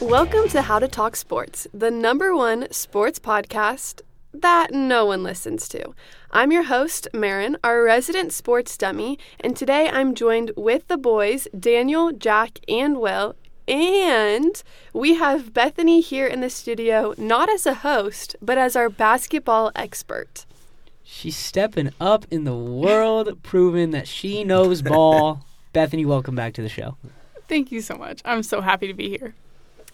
Welcome to How to Talk Sports, the number one sports podcast that no one listens to. I'm your host, Marin, our resident sports dummy, and today I'm joined with the boys, Daniel, Jack, and Will. And we have Bethany here in the studio, not as a host, but as our basketball expert. She's stepping up in the world, proving that she knows ball. Bethany, welcome back to the show. Thank you so much. I'm so happy to be here.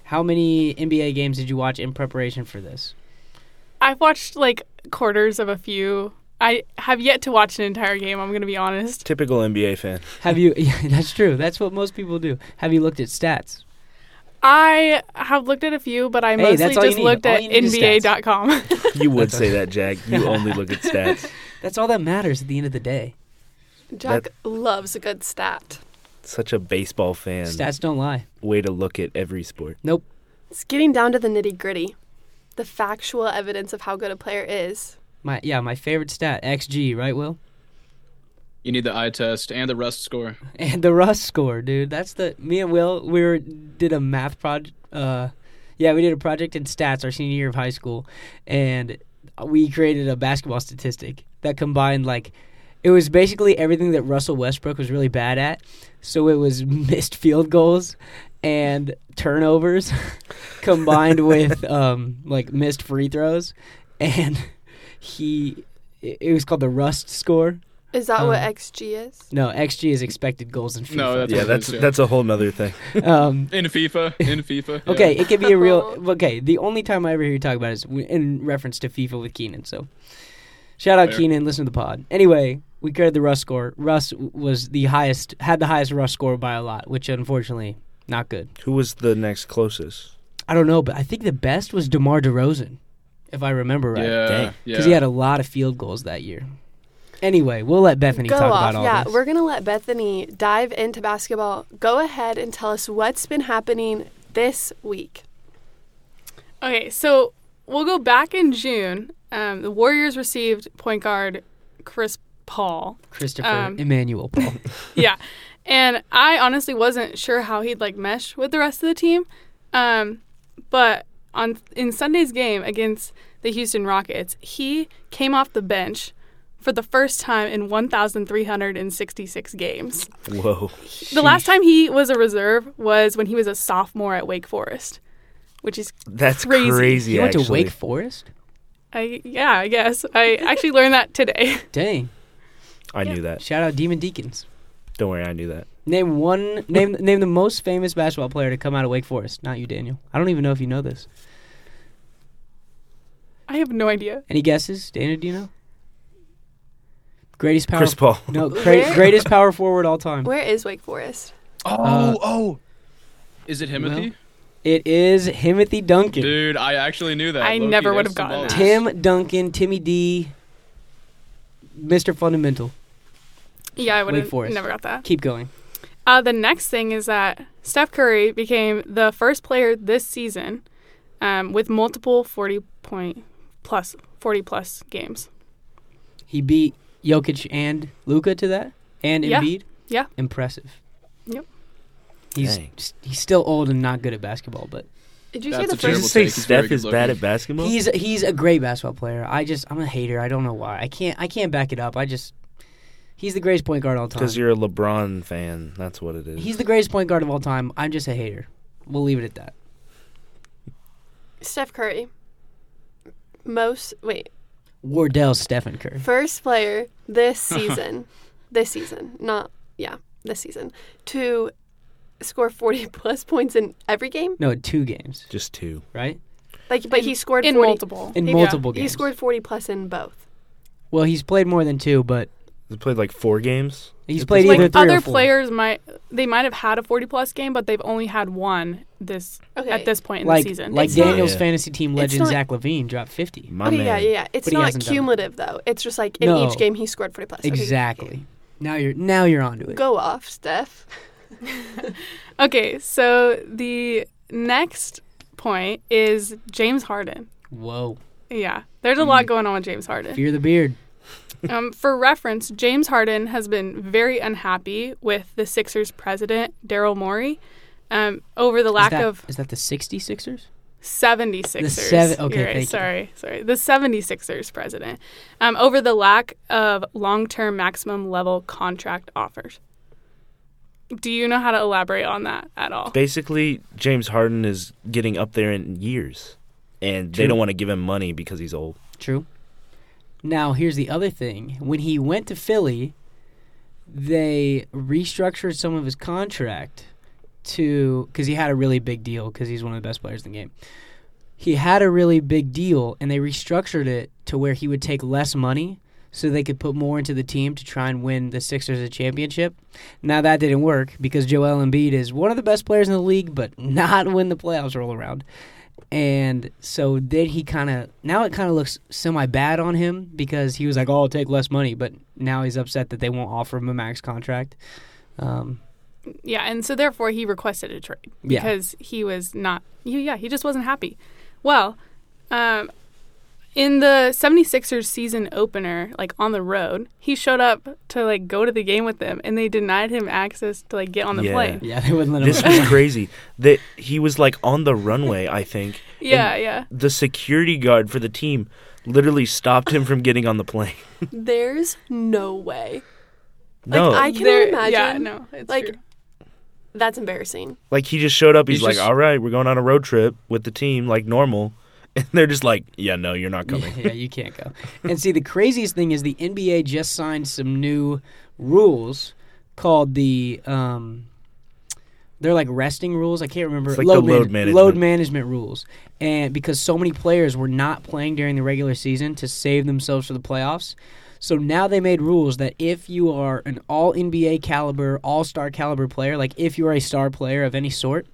How many NBA games did you watch in preparation for this? I've watched like quarters of a few. I have yet to watch an entire game, I'm going to be honest. Typical NBA fan. Have you? Yeah, that's true. That's what most people do. Have you looked at stats? I have looked at a few, but I Hey, that's mostly all you just need. looked All at you need is NBA.com. You would That's say that, Jack. You only look at stats. That's all that matters at the end of the day. Jack loves a good stat. Such a baseball fan. Stats don't lie. Way to look at every sport. Nope. It's getting down to the nitty gritty, the factual evidence of how good a player is. My yeah, my favorite stat, XG, right, Will? You need the eye test and the rust score. And the Rust score, dude. That's the me and Will. We were, did a math project. Uh, yeah, we did a project in stats our senior year of high school, and we created a basketball statistic that combined like it was basically everything that Russell Westbrook was really bad at. So it was missed field goals and turnovers combined with um, like missed free throws, and he it it was called the Rust score. Is that what Um, XG is? No, XG is expected goals in FIFA. No, that's yeah, what it that's is, yeah. that's a whole nother thing. um, In FIFA, in FIFA. yeah. okay, it could be a real. Oh. Okay, the only time I ever hear you talk about it is w- in reference to FIFA with Keenan. So, shout out Fair. Keenan, listen to the pod. Anyway, we created the Russ score. Russ w- was the highest, had the highest Russ score by a lot, which unfortunately not good. Who was the next closest? I don't know, but I think the best was DeMar DeRozan, if I remember right. Yeah, Dang. yeah. because he had a lot of field goals that year. Anyway, we'll let Bethany Go talk off. about all yeah, this. we're going to let Bethany dive into basketball. Go ahead and tell us what's been happening this week. okay, so we'll go back in June. Um, the Warriors received point guard Chris Paul. Christopher um, Emmanuel Paul. yeah. And I honestly wasn't sure how he'd like mesh with the rest of the team. Um, but on in Sunday's game against the Houston Rockets, he came off the bench for the first time in 1,366 games. Whoa. The last time he was a reserve was when he was a sophomore at Wake Forest, which is That's Crazy. crazy. he went actually. to Wake Forest. I yeah, I guess I actually learned that today. Dang! I knew that. Shout out Demon Deacons. Don't worry, I knew that. Name one. Name name the most famous basketball player to come out of Wake Forest. Not you, Daniel. I don't even know if you know this. I have no idea. Any guesses, Daniel? Do you know? Greatest power. Chris Paul. No, Where? cra- greatest power forward all time. Where is Wake Forest? Oh, Uh, oh. Is it Himothy? It is Timothy Duncan. Dude, I actually knew that. I Low-key, never would've there's some gotten ballers. that. Tim Duncan, Timmy D, Mr. Fundamental. Yeah, I would Wake have Forest. never got that. Keep going. Uh, the next thing is that Steph Curry became the first player this season um, with multiple 40 point plus 40 plus games. He beat Jokic and Luca to that, and Yeah. Embiid. Yeah. Impressive. Yep. He's Dang. s- he's still old and not good at basketball, but Did you That's say a the Did you first? terrible say take. He's very Steph is good bad looking. at basketball? He's he's a great basketball player. I just I'm a hater. I don't know why. I can't I can't back it up. I just he's the greatest point guard of all time. Because you're a LeBron fan. That's what it is. He's the greatest point guard of all time. I'm just a hater. We'll leave it at that. Steph Curry. Most wait, Wardell Stephen Curry. first player this season, this season, not yeah, this season to score 40 plus points in every game. No, two games, Just two. right? Like but he scored in 40 multiple. In Yeah. multiple He games. scored 40 plus in both. Well, he's played more than two, but They played like four games. he's At played this either like three other or four. players might they might have had a 40 plus game, but they've only had one this Okay. at this point in like the season. like It's not- Daniel's Yeah. fantasy team It's legend not- Zach Levine dropped 50. My okay, man. yeah, yeah, yeah. It's But he not hasn't done it. cumulative though. It's just like in No. each game he scored 40 plus. Okay, Exactly. Now you're now you're onto it. Go off, Steph. okay, so the next point is James Harden. Whoa. Yeah, there's a lot Mm. going on with James Harden. Fear the beard. Um, for reference, James Harden has been very unhappy with the Sixers president, Daryl Morey, um, over the Is lack that, of is that the 66ers? 76ers. The seven- okay, You're thank you. right, sorry, sorry. The 76ers president um, over the lack of long term maximum level contract offers. Do you know how to elaborate on that at all? Basically, James Harden is getting up there in years, and they True. don't want to give him money because he's old. True. Now, here's the other thing. When he went to Philly, they restructured some of his contract to because he had a really big deal because he's one of the best players in the game. He had a really big deal, and they restructured it to where he would take less money so they could put more into the team to try and win the Sixers a championship. Now that didn't work because Joel Embiid is one of the best players in the league, but not when the playoffs roll around. And so then he kind of now it kind of looks semi bad on him because he was like, "Oh, I'll take less money," but now he's upset that they won't offer him a max contract. Um, Yeah, and so therefore he requested a trade Yeah. because he was not. he- Yeah, he just wasn't happy. Well, um, in the 76ers season opener, like on the road, he showed up to like go to the game with them, and they denied him access to like get on the Yeah. plane. yeah, they wouldn't let him. This was crazy. That he was like on the runway, I think. Yeah, yeah. The security guard for the team literally stopped him from getting on the plane. There's no way. No, I can There- imagine. Yeah, no, it's Like, true. That's embarrassing. like he just showed up. He's, He's like, just- "All right, we're going on a road trip with the team, like normal," and they're just like, "Yeah, no, you're not coming." Yeah, you can't go. And see, the craziest thing is the NBA just signed some new rules called the um, they're like resting rules. I can't remember. It's like the load management. load management rules, and because so many players were not playing during the regular season to save themselves for the playoffs. So now they made rules that if you are an all NBA caliber, all star caliber player, like if you are a star player of any sort,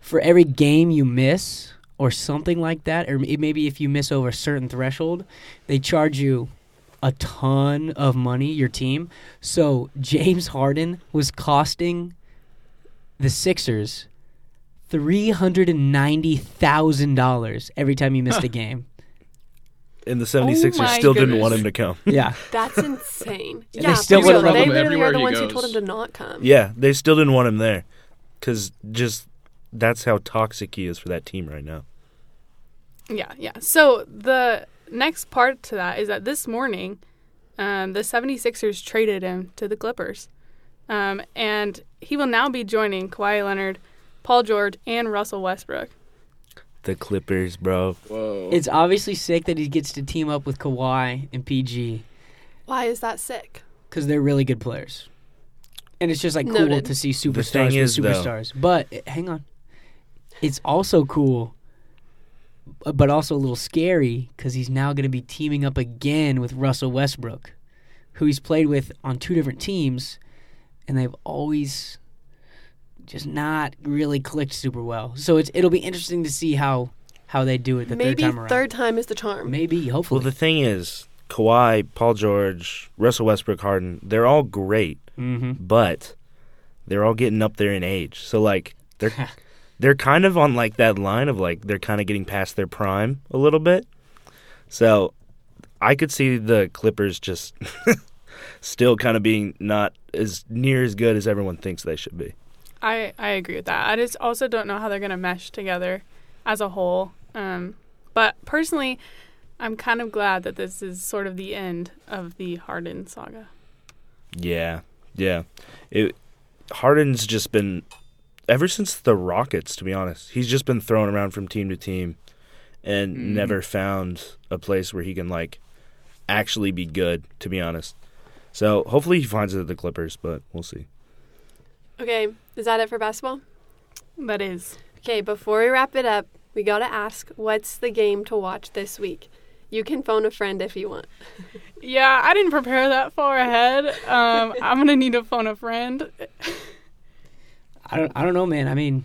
for every game you miss or something like that, or it- maybe if you miss over a certain threshold, they charge you a ton of money, your team. So James Harden was costing the Sixers $390,000 every time he missed a game. And the 76ers Oh my still didn't goodness. want him to come. Yeah. That's insane. They yeah, still for wouldn't real. let They him literally everywhere are the he ones who goes. told him to not come. Yeah, they still didn't want him there because just that's how toxic he is for that team right now. Yeah, yeah. So the next part to that is that this morning, um, the 76ers traded him to the Clippers. Um, and he will now be joining Kawhi Leonard, Paul George, and Russell Westbrook. The Clippers, bro. Whoa. It's obviously sick that he gets to team up with Kawhi and PG Why is that sick? because they're really good players. And it's just like cool Noted. to see superstars thing with is, though- superstars. But eh, hang on, it's also cool, uh, but also a little scary because he's now going to be teaming up again with Russell Westbrook, who he's played with on two different teams, and they've always just not really clicked super well. So it's it'll be interesting to see how how they do it the Maybe third time around. third time is the charm. Maybe hopefully. Well, the thing is, Kawhi, Paul George, Russell Westbrook, Harden, they're all great, mm-hmm. but they're all getting up there in age. So like they're they're kind of on like that line of like they're kind of getting past their prime a little bit. So I could see the Clippers just still kind of being not as near as good as everyone thinks they should be. I, I agree with that. I just also don't know how they're going to mesh together as a whole. Um, but personally, I'm kind of glad that this is sort of the end of the Harden saga. Yeah, yeah. It Harden's just been ever since the Rockets. To be honest, he's just been thrown around from team to team, and Mm-hmm. never found a place where he can like actually be good. To be honest, so hopefully he finds it at the Clippers, but we'll see. Okay, is that it for basketball? That is. Okay, before we wrap it up, we gotta ask what's the game to watch this week? You can phone a friend if you want. Yeah, I didn't prepare that far ahead. Um, I'm going to need to phone a friend. I don't I don't know, man. I mean,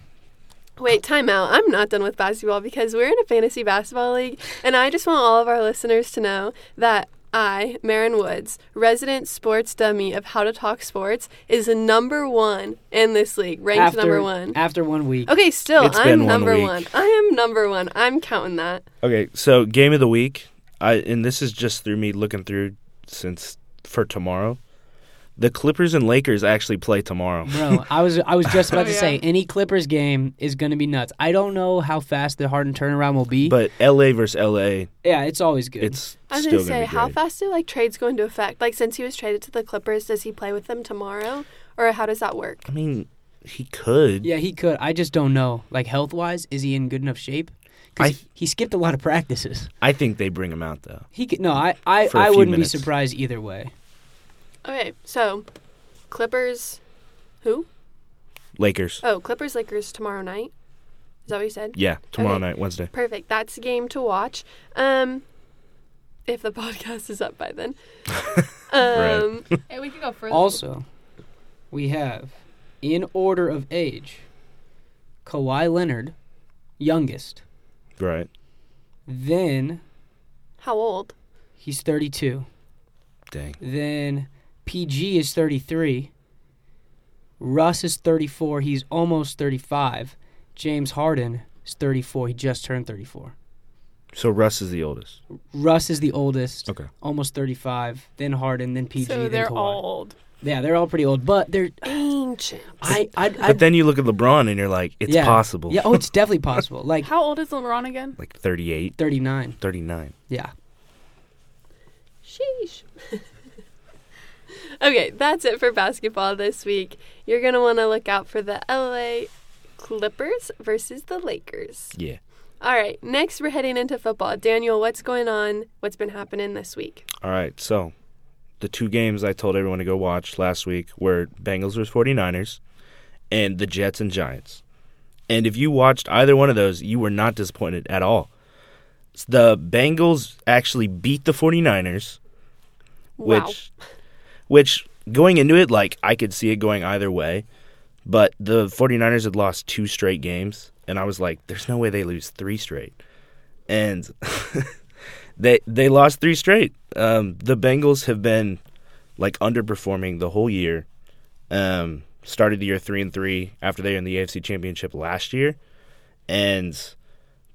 Wait, time out. I'm not done with basketball because we're in a fantasy basketball league, and I just want all of our listeners to know that I, Marin Woods, resident sports dummy of How to Talk Sports, is number one in this league, ranked after number one. after one week. Okay, still, It's I'm been one number week. one. I am number one. I'm counting that. Okay, so game of the week, I and this is just through me looking through since for tomorrow. The Clippers and Lakers actually play tomorrow. Bro, I was I was just about Oh, to yeah. say any Clippers game is going to be nuts. I don't know how fast the Harden turnaround will be. But LA versus LA, yeah, it's always good. it's I was still gonna going to say, be how great. fast do like trades go into effect? Like since he was traded to the Clippers, does he play with them tomorrow, or how does that work? I mean, he could. yeah, he could. I just don't know. Like health wise, is he in good enough shape? I- Because he skipped a lot of practices. I think they bring him out though. He could, no, I I, For a I few wouldn't minutes. be surprised either way. Okay, so Clippers, who? Lakers. Oh, Clippers Lakers tomorrow night. Is that what you said? Yeah, tomorrow Okay. night, Wednesday. Perfect. That's a game to watch. Um, if the podcast is up by then. Um, Hey, we can go further. Also, we have in order of age, Kawhi Leonard, youngest. Right. Then How old? he's 32. Dang. Then PG is 33. Russ is 34. He's almost 35. James Harden is 34. He just turned 34. So Russ is the oldest. Russ is the oldest, Okay. almost 35. Then Harden, then PG, so then they're Kawhi. all old. yeah, they're all pretty old, but they're Ancient. I I I But then you look at LeBron and you're like, it's yeah. possible. Yeah, oh, it's definitely possible. Like How old is LeBron again? Like 38, 39. 39. Yeah. Sheesh. okay, that's it for basketball this week. You're going to want to look out for the LA Clippers versus the Lakers. Yeah. All right, next we're heading into football. Daniel, what's going on? What's been happening this week? All right. So the two games I told everyone to go watch last week were Bengals versus 49ers and the Jets and Giants. And if you watched either one of those, you were not disappointed at all. S- The Bengals actually beat the 49ers, which Wow. which going into it like I could see it going either way, but the 49ers had lost two straight games and I was like there's no way they lose three straight. And they they lost three straight. Um, the Bengals have been like underperforming the whole year. Um, started the year three and three after they were in the AFC Championship last year, and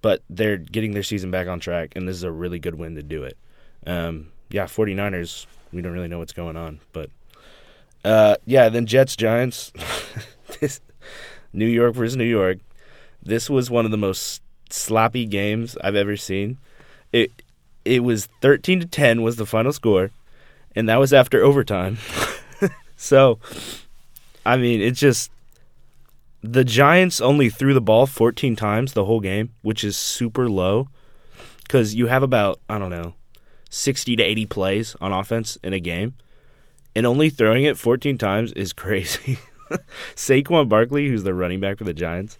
but they're getting their season back on track, and this is a really good win to do it. Um, yeah, 49ers, we don't really know what's going on, but uh, yeah, then Jets Giants. this New York versus New York. This was one of the most sloppy games I've ever seen. It it was 13 to 10 was the final score, and that was after overtime. so, I mean, it just the Giants only threw the ball 14 times the whole game, which is super low cuz you have about, I don't know, 60 to 80 plays on offense in a game, and only throwing it 14 times is crazy. Saquon Barkley, who's the running back for the Giants,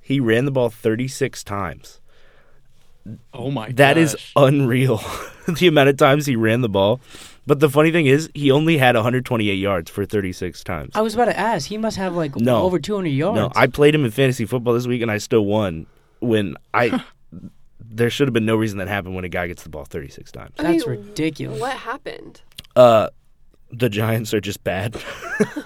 he ran the ball 36 times. Oh my god. That is unreal. the amount of times he ran the ball. But the funny thing is, he only had 128 yards for 36 times. I was about to ask. He must have like No. over 200 yards. No, I played him in fantasy football this week, and I still won. When I, there should have been no reason that happened when a guy gets the ball 36 times. That's Okay, ridiculous. What happened? Uh, the Giants are just bad.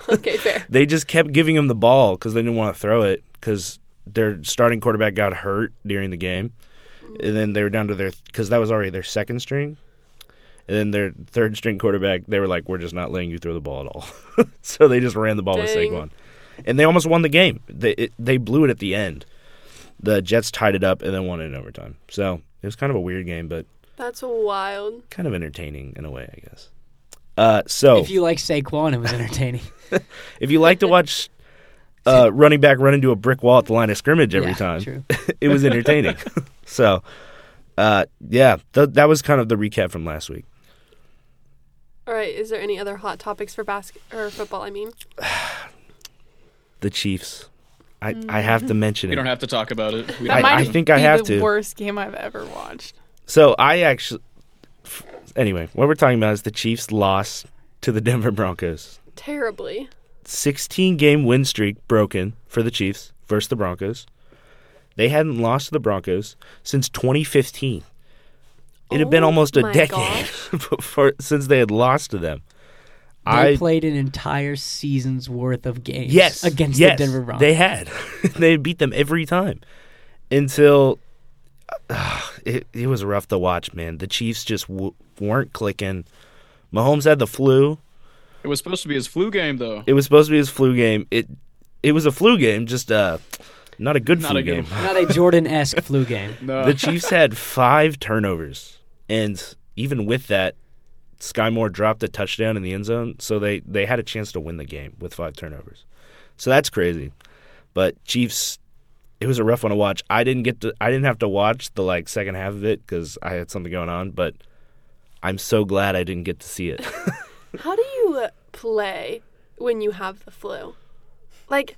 Okay, fair. they just kept giving him the ball because they didn't want to throw it because their starting quarterback got hurt during the game, and then they were down to their because that was already their second string, and then their third string quarterback. They were like, "We're just not letting you throw the ball at all," so they just ran the ball with Dang. Saquon, and they almost won the game. They it, they blew it at the end. The Jets tied it up and then won it in overtime. So it was kind of a weird game, but That's wild. kind of entertaining in a way, I guess. Uh, so If you like Saquon, it was entertaining. If you like to watch uh, running back run into a brick wall at the line of scrimmage every Yeah, time, true. it was entertaining. so, uh, yeah, th- that was kind of the recap from last week. All right, is there any other hot topics for basket or football? I mean, The Chiefs. I, I have to mention We it. don't have to talk about it. We That I- don't might have to. think I be have the to. worst game I've ever watched. so I actually, anyway, what we're talking about is the Chiefs lost to the Denver Broncos. terribly. 16 game win streak broken for the Chiefs versus the Broncos. They hadn't lost to the Broncos since 2015. It had been Oh almost a my decade gosh. before, since they had lost to them. They I played an entire season's worth of games yes against yes, the Denver Broncos. They had they beat them every time until it it was rough to watch, man. The Chiefs just w- weren't clicking. Mahomes had the flu. It was supposed to be his flu game, though. It was supposed to be his flu game. It it was a flu game, just uh, not a good Not flu a good game. Not a Jordan esque flu game. No. the Chiefs had five turnovers, and even with that, Sky Moore dropped a touchdown in the end zone, so they they had a chance to win the game with five turnovers. So that's crazy. But Chiefs, it was a rough one to watch. I didn't get to I didn't have to watch the like second half of it because I had something going on, but. I'm so glad I didn't get to see it. How do you uh, play when you have the flu? Like,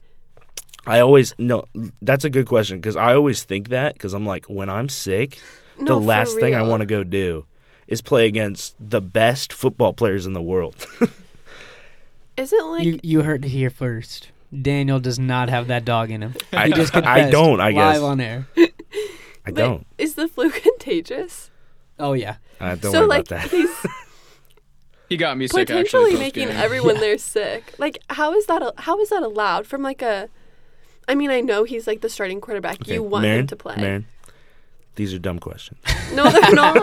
I always no. That's a good question because I always think that because I'm like when I'm sick, no, the last thing I want to. to go do is play against the best football players in the world. Is it like you you heard it here first. Daniel does not have that dog in him. I He just I confessed don't. I guess live on air. I but don't. Is the flu contagious? Oh yeah, I don't so worry like about that. he's he got me sick. potentially actually, making post-game. everyone Yeah. there sick. Like, how is that? How is that allowed? From like a, I mean, I know he's like the starting quarterback. Okay, You want Marin, him to play? Marin, these are dumb questions. No, they're not.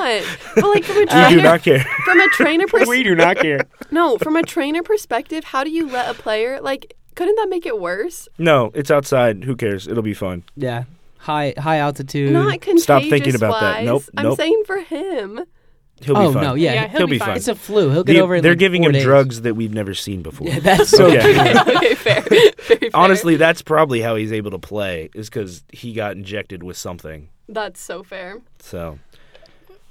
but like from a We do trainer, not care. from a trainer pers- do not care. no, from a trainer perspective, how do you let a player like? Couldn't that make it worse? No, it's outside. Who cares? It'll be fine. Yeah, high high altitude. Not contagious. Stop thinking about that. wise. Nope, I'm nope. saying for him. He'll oh be fine. no, yeah. Yeah, he'll be fine. It's a flu. He'll get They- over it. in, they're like, giving four him days. drugs that we've never seen before. Yeah, that's so Okay. true. okay, fair. Very fair. Honestly, that's probably how he's able to play is because he got injected with something. that's so fair. So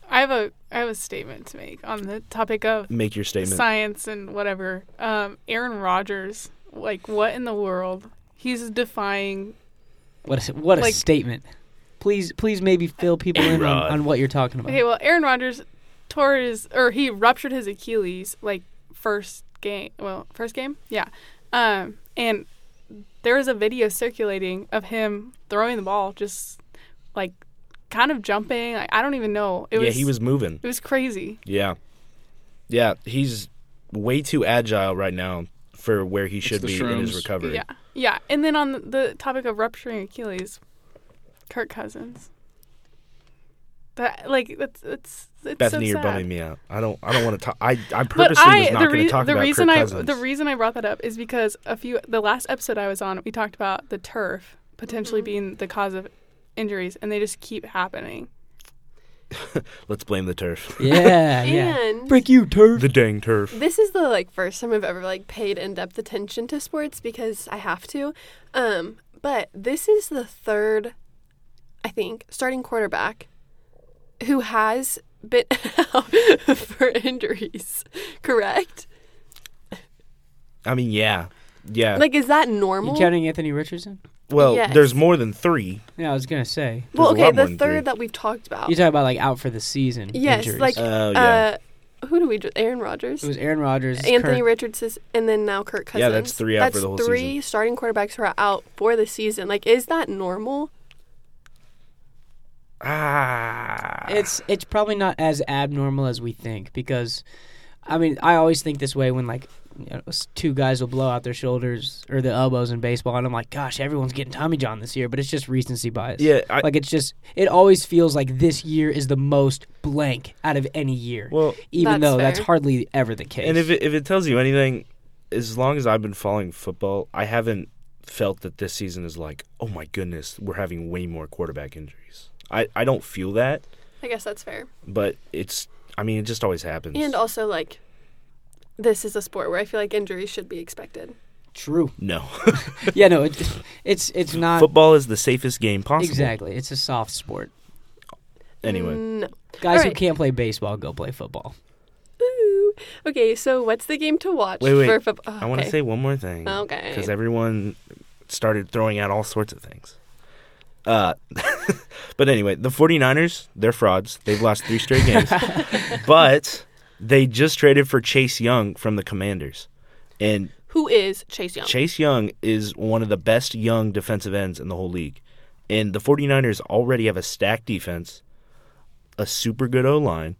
I have a I have a statement to make on the topic of make your statement. science and whatever. Um, Aaron Rodgers, like what in the world? He's defying. What a, what a Like- statement. Please please maybe fill people in on, A-Rod. on what you're talking about. Okay, well, Aaron Rodgers tore his or he ruptured his Achilles like first game. Well, first game, yeah. Um, and there was a video circulating of him throwing the ball, just like kind of jumping. Like, I don't even know. It yeah, was he was moving. it was crazy. Yeah, yeah, he's way too agile right now for where he should the be in his shrooms. recovery. Yeah, yeah. And then on the- the topic of rupturing Achilles, Kirk Cousins. That like that's it's it's Bethany, so you're sad. bumming me out. I don't. I don't want to talk. I. I But purposely I was not the, going rea- to talk the about reason Kirk I Cousins. the reason I brought that up is because a few the last episode I was on we talked about the turf potentially Mm-hmm. being the cause of injuries and they just keep happening. Let's blame the turf. Yeah, yeah. And Break you, turf. The dang turf. this is the like first time I've ever like paid in-depth attention to sports because I have to. Um, but this is the third, I think, starting quarterback who has been out for injuries. Correct? I mean, yeah, yeah. Like, is that You normal? counting Anthony Richardson? well, yes. there's more than three. Yeah, I was gonna say. well, there's a okay, lot more the than third three. that we've talked about. You talk about like out for the season. yes, injuries. like Oh yeah, uh, who do we? ju- Aaron Rodgers. it was Aaron Rodgers, Anthony Kirk, Richardson, and then now Kirk Cousins. Yeah, that's three out for the whole three season. starting quarterbacks who are out for the season. Like, is that normal? ah, it's it's probably not as abnormal as we think because I mean I always think this way when like you know, s- two guys will blow out their shoulders or their elbows in baseball and I'm like gosh everyone's getting Tommy John this year but it's just recency bias yeah. I, like it's just it always feels like this year is the most blank out of any year well, even That's though that's fair. hardly ever the case And if it, if it tells you anything, as long as I've been following football, I haven't felt that this season is like, oh my goodness, we're having way more quarterback injuries. I, I don't feel that, I guess that's fair. but it's I mean it just always happens. And also, like, this is a sport where I feel like injuries should be expected. true no, yeah no it, it's it's not football is the safest game possible. exactly it's a soft sport Anyway, No. guys who Alright. can't play baseball go play football Ooh. Okay, so what's the game to watch Wait, wait. for football? I want to okay. say one more thing. Okay. Because everyone started throwing out all sorts of things. Uh, but anyway, the 49ers, they're frauds. They've lost three straight games. but they just traded for Chase Young from the Commanders. And Who is Chase Young? Chase Young is one of the best young defensive ends in the whole league. And the 49ers already have a stacked defense, a super good O line,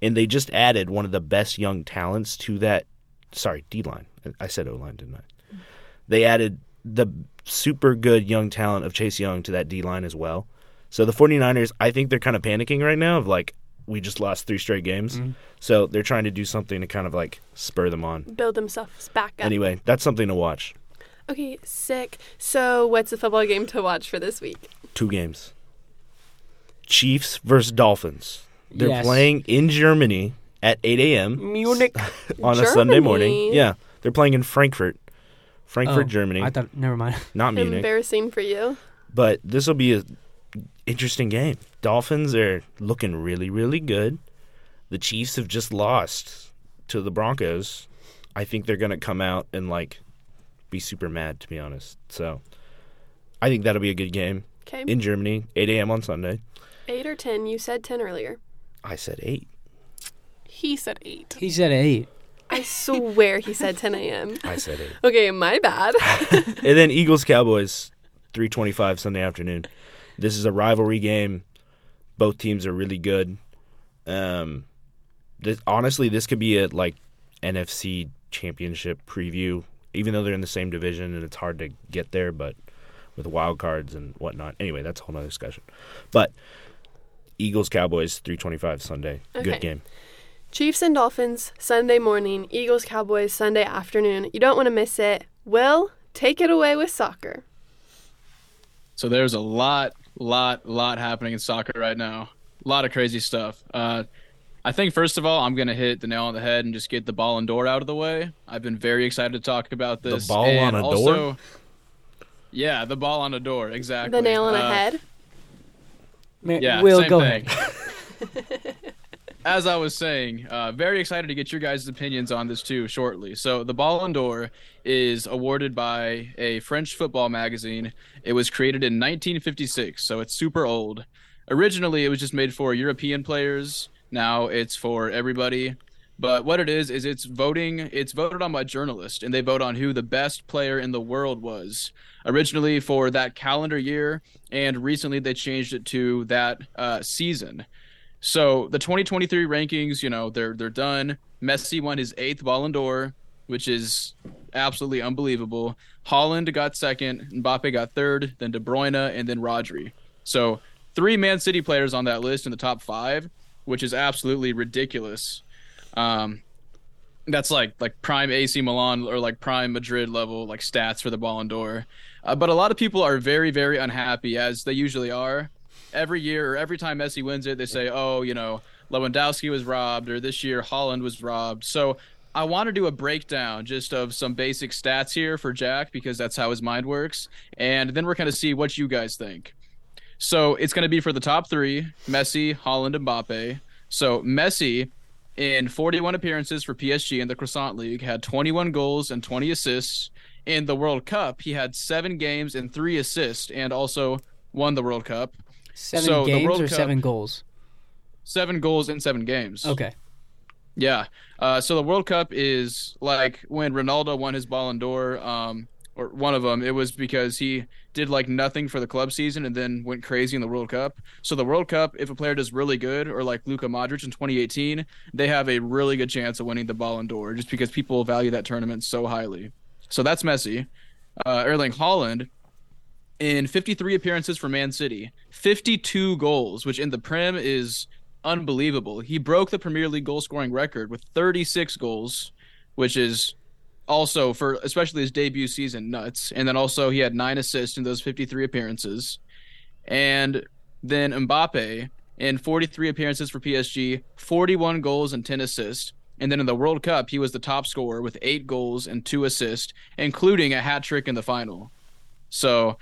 and they just added one of the best young talents to that. Sorry, D line. I said O line, didn't I? They added the super good young talent of Chase Young to that D line as well. So the 49ers, I think they're kind of panicking right now of like, we just lost three straight games. Mhm. So they're trying to do something to kind of like spur them on. Build themselves back up. Anyway, that's something to watch. Okay, sick. So, what's the football game to watch for this week? Two games. Chiefs versus Dolphins. They're Yes. playing in Germany at 8 a.m. Munich. on a Sunday Germany. morning. Yeah, they're playing in Frankfurt, Frankfurt, Oh, Germany, I thought. Never mind. not Munich. Embarrassing for you. but this will be a interesting game. Dolphins are looking really, really good. The Chiefs have just lost to the Broncos. I think they're going to come out and like be super mad, to be honest. So I think that'll be a good game Okay, in Germany, 8 a.m. on Sunday. eight or ten. You said ten earlier. I said eight. He said eight. He said eight. I swear he said 10 a.m. I said eight. Okay, my bad. and then Eagles Cowboys, 3:25 Sunday afternoon. This is a rivalry game. Both teams are really good. Um, this, honestly, this could be a like NFC Championship preview. Even though they're in the same division and it's hard to get there, but with wild cards and whatnot. Anyway, that's a whole nother discussion. But Eagles Cowboys, 3:25 Sunday. Okay. Good game. Chiefs and Dolphins Sunday morning, Eagles Cowboys Sunday afternoon. You don't want to miss it. Will, take it away with soccer. So there's a lot, lot, lot happening in soccer right now. A lot of crazy stuff. Uh, I think first of all, I'm gonna hit the nail on the head and just get the ball and door out of the way. I've been very excited to talk about this. ball and on a also, door? Yeah, the ball on a door. Exactly. The nail on the Uh, head. Mar- Yeah, Will same go thing. ahead. As I was saying, uh, very excited to get your guys' opinions on this too shortly. So, the Ballon d'Or is awarded by a French football magazine. It was created in 1956, so it's super old. Originally, it was just made for European players. Now it's for everybody. But what it is is it's voting. It's voted on by journalists, and they vote on who the best player in the world was. Originally for that calendar year, and recently they changed it to that uh, season. So the 2023 rankings, you know, they're they're done. Messi won his eighth Ballon d'Or, which is absolutely unbelievable. Holland got second, Mbappe got third, then De Bruyne, and then Rodri. So three Man City players on that list in the top five, which is absolutely ridiculous. Um, that's like like prime AC Milan or like prime Madrid level like stats for the Ballon d'Or. Uh, but a lot of people are very very unhappy as they usually are. Every year or every time Messi wins it, they say, "Oh, you know, Lewandowski was robbed," or this year Holland was robbed. So I want to do a breakdown just of some basic stats here for Jack because that's how his mind works, and then we're gonna see what you guys think. So it's going to be for the top three Messi, Holland, and Mbappe. So Messi, in 41 appearances for PSG in the Croissant League, had 21 goals and 20 assists. In the World Cup, he had seven games and three assists and also won the World Cup. Seven So, the games World or Cup- seven goals? Seven goals in seven games. Okay. Yeah. Uh, so the World Cup is like when Ronaldo won his Ballon d'Or, um, or one of them. It was because he did like nothing for the club season and then went crazy in the World Cup. So the World Cup, if a player does really good, or like Luka Modric in 2018, they have a really good chance of winning the Ballon d'Or just because people value that tournament so highly. So that's Messi. Uh, Erling Holland in 53 appearances for Man City, 52 goals, which in the Prem is unbelievable. He broke the Premier League goal scoring record with 36 goals, which is also for especially his debut season nuts. And then also he had nine assists in those 53 appearances. And then Mbappe in 43 appearances for PSG, 41 goals and 10 assists. And then in the World Cup, he was the top scorer with eight goals and two assists, including a hat trick in the final. So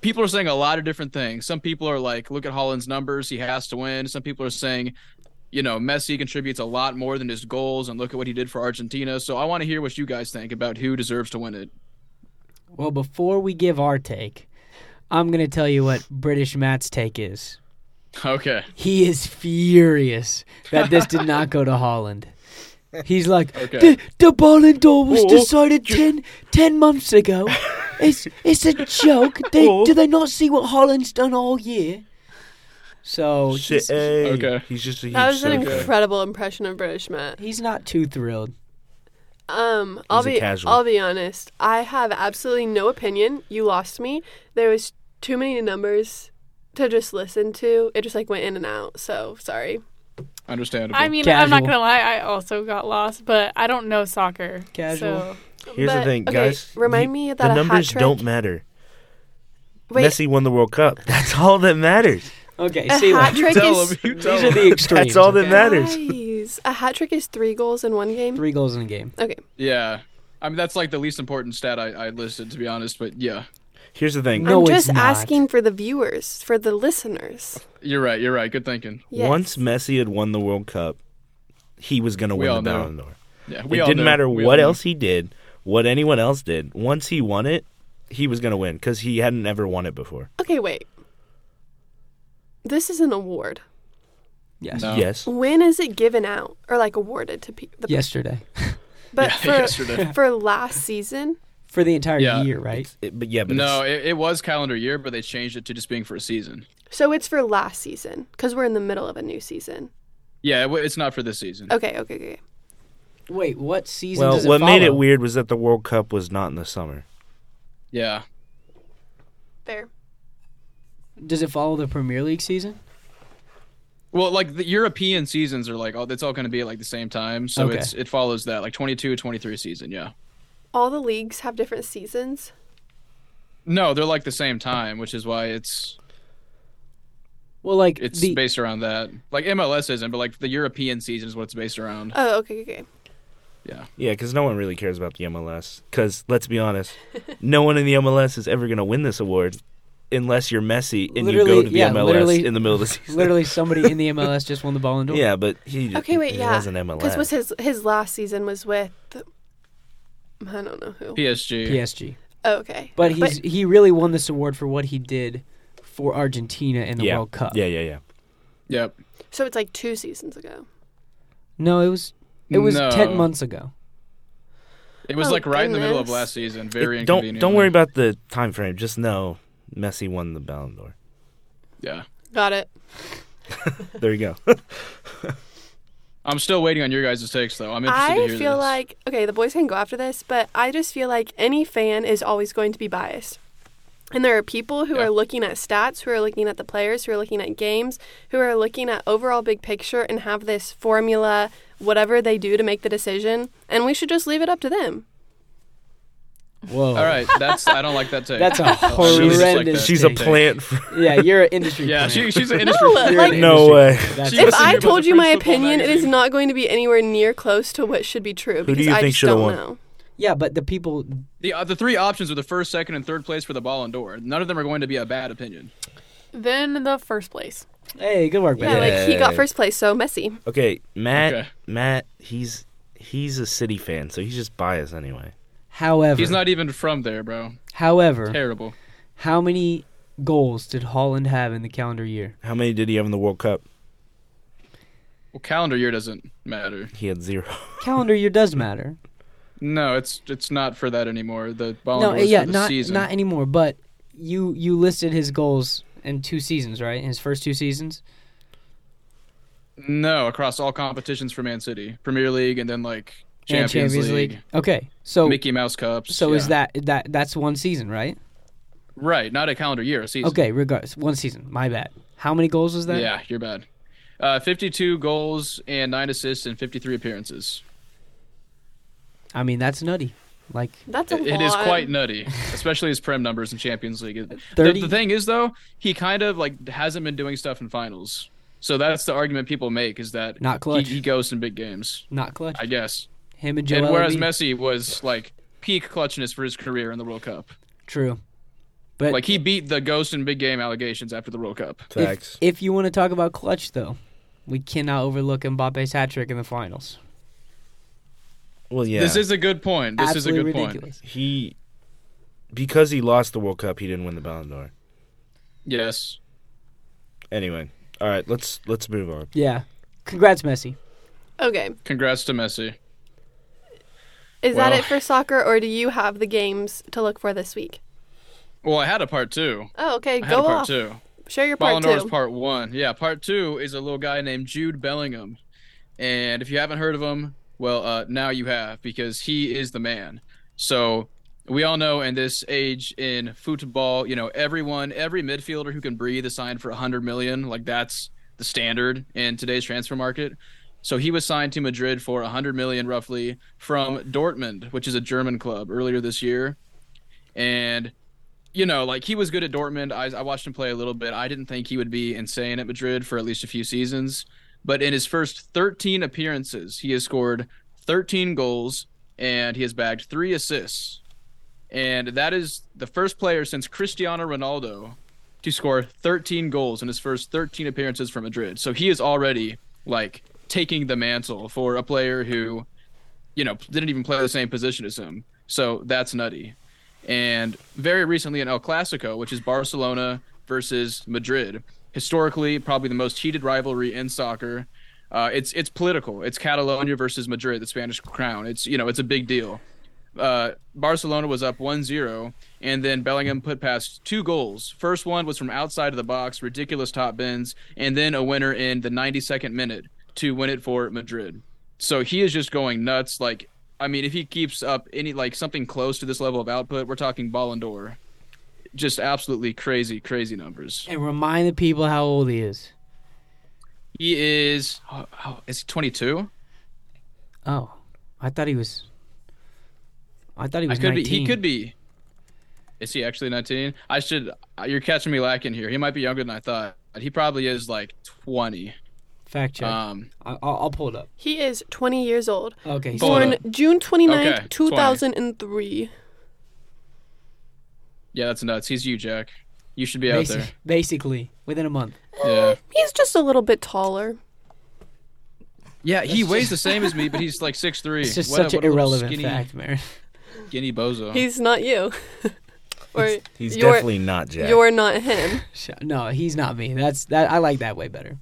people are saying a lot of different things. Some people are like, look at Holland's numbers, he has to win. Some people are saying, you know, Messi contributes a lot more than his goals and look at what he did for Argentina. So I want to hear what you guys think about who deserves to win it. Well, before we give our take, I'm gonna tell you what British Matt's take is. Okay. He is furious that this did not go to Holland. He's like, Okay. the, the Ballon d'Or was Oh, decided ten, 10 months ago. It's it's a joke. They, Oh. Do they not see what Holland's done all year? So Shit, he's, hey. Okay. He's just a huge That was an sucker. incredible impression of British Matt. he's not too thrilled. Um, I'll He's a be casual. I'll be honest. I have absolutely no opinion. You lost me. There was too many numbers to just listen to. It just like went in and out. So sorry. Understandable. I mean, I'm not Casual. gonna lie. I also got lost, but I don't know soccer. Casual. So Here's But- the thing, okay, guys. Remind you- me that a the hat numbers trick- don't matter. Wait, Messi won the World Cup. That's all that matters. Okay, a see you hat later. trick tell is him. You tell These are him. the extremes. That's all that okay? matters. Guys, a hat trick is three goals in one game. Three goals in a game. Okay, Yeah. I mean, that's like the least important stat I, I listed, to be honest. But yeah, Here's the thing. No, I'm it's just not. asking for the viewers, for the listeners. you're right. You're right. Good thinking. Yes. Once Messi had won the World Cup, he was going to We win all the know. Ballon d'Or. Yeah, we it all didn't know. matter We all what know. else he did, what anyone else did. Once he won it, he was going to win because he hadn't ever won it before. Okay, wait. This is an award. Yes. No. Yes. When is it given out or like awarded to people? The, Yesterday. But Yeah, for yesterday. for last season, For the entire Yeah. year, right? It- but yeah, but No, no, it, it was calendar year, but they changed it to just being for a season. so it's for last season because we're in the middle of a new season. Yeah, it, w- it's not for this season. Okay, okay, okay. Wait, what season well, does it what made it follow? weird was that the World Cup was not in the summer. Yeah, Fair. Does it follow the Premier League season? well, like the European seasons are like all it's all going to be at like the same time, so Okay. it's it follows that like 22, 23 season. Yeah, All the leagues have different seasons. no, they're like the same time, which is why it's Well, like it's the based around that. Like MLS isn't, but like the European season is what it's based around. Oh, okay, okay, okay. Yeah, because no one really cares about the MLS. Because let's be honest, no one in the MLS is ever going to win this award unless you're Messi and you go Literally, to the yeah, MLS literally- in the middle of the season. literally somebody in the MLS just won the Ballon d'Or. Yeah, but he Okay, wait, he yeah. wasn't MLS. Because was his his last season was with I don't know who. PSG. PSG. Oh, okay, But he's he really won this award for what he did for Argentina in the yeah. World Cup. Yeah, yeah, yeah. Yep. so it's like two seasons ago. No, it was it was No. ten months ago. It was Oh, like right in the middle of goodness. last season. Very It- don't inconvenient. don't worry about the time frame. Just know Messi won the Ballon d'Or. Yeah, Got it. There you go. I'm still waiting on your guys' takes though. I'm interested to I hear feel this. like okay, the boys can go after this, but I just feel like any fan is always going to be biased. And there are people who Yeah. are looking at stats, who are looking at the players, who are looking at games, who are looking at overall big picture and have this formula, whatever they do to make the decision. And we should just leave it up to them. Whoa. All right, that's I don't like that take. That's a She's like horrendous. that. She's a take. plant. For, Yeah, you're an industry. Yeah, plant. she, she's an industry. like- You're an no industry- way. That's She it. was- If Listen, I you're about told the you my Principal opinion, it is magazine. not going to be anywhere near close to what should be true because do you I think just should've don't won? know. yeah, but the people. The uh, the three options are the first, second, and third place for the Ballon d'Or. None of them are going to be a bad opinion. then the first place. Hey, good work, Yeah, man. like he got Yeah. first place, so messy. Okay, Matt. Okay. Matt. He's he's a City fan, so he's just biased anyway. However, He's not even from there, bro. however, Terrible. how many goals did Holland have in the calendar year? How many did he have in the World Cup? Well, calendar year doesn't matter. He had zero. Calendar year does matter. No, it's it's not for that anymore. The Ballon no, d'Or is yeah, for the not season. not anymore. But you you listed his goals in two seasons, right? In his first two seasons. no, across all competitions for Man City, Premier League, and then like And Champions, League, Okay, so Mickey Mouse Cups. so is yeah. that that that's one season, right? right? Not a calendar year, a season. Okay, regardless, one season. My bad. How many goals was that? Yeah, you're bad. Uh, 52 goals and nine assists and 53 appearances. I mean, that's nutty. Like That's a It lot. it is quite nutty, especially his prem numbers in Champions League. It- the- 30 The, thing is, though, he kind of like hasn't been doing stuff in finals. So that's the argument people make is that Not clutch. He, he goes in big games, not clutch. I guess. Him and Joel. and whereas Embiid. Messi was like peak clutchness for his career in the World Cup, True, but like he beat the ghost in big game allegations after the World Cup. if, if you want to talk about clutch, though, we cannot overlook Mbappe's hat trick in the finals. Well, yeah. This is a good point. This Absolutely is a good point. ridiculous. he because he lost the World Cup. He didn't win the Ballon d'Or. Yes. Anyway, all right. Let's let's move on. Yeah. Congrats, Messi. Okay. Congrats to Messi. Is that Well- it for soccer, or do you have the games to look for this week? Well, I had a part two. Oh, okay. I had Go a part off. two. Share your Ballon part d'Or is two. part one. Yeah, part two is a little guy named Jude Bellingham, and if you haven't heard of him, well, uh, now you have because he is the man. So we all know in this age in football, you know, everyone, every midfielder who can breathe is signed for a hundred million. Like that's the standard in today's transfer market. So he was signed to Madrid for 100 million roughly from Dortmund, which is a German club earlier this year. And you know, like he was good at Dortmund. I, I watched him play a little bit. I didn't think he would be insane at Madrid for at least a few seasons. But in his first 13 appearances, he has scored 13 goals and he has bagged three assists. And that is the first player since Cristiano Ronaldo to score 13 goals in his first 13 appearances for Madrid. So he is already like taking the mantle for a player who, you know, didn't even play the same position as him. So that's nutty. And very recently in El Clasico, which is Barcelona versus Madrid, historically probably the most heated rivalry in soccer. Uh, it's it's political. It's Catalonia versus Madrid, the Spanish crown. It's you know it's a big deal. Uh, Barcelona was up 1-0, and then Bellingham put past two goals. First one was from outside of the box, ridiculous top bends, and then a winner in the 92nd minute to win it for Madrid. So he is just going nuts. Like I mean, if he keeps up any like something close to this level of output, we're talking Ballon d'Or. Just absolutely crazy, crazy numbers. And remind the people how old he is. He is oh, oh, is he 22? Oh, I thought he was. I thought he I was. could 19. be. He could be. Is he actually 19? I should. You're catching me lacking here. He might be younger than I thought. He probably is like 20. Fact check. Um, I, I'll, I'll pull it up. He is 20 years old. Okay. he's- Pull it Born up. June 29th, Okay, 2003. yeah, that's nuts. He's you, Jack. You should be out basi- basically, within a month. there. Yeah. He's just a little bit taller. Yeah. He weighs the same as me, but he's like 6'3". It's just What a- such what an a little irrelevant skinny, fact, man. Skinny bozo. He's not you. or He's you're, definitely not Jack. you're not him. Sh- No, he's not me. That's that. I like that way better.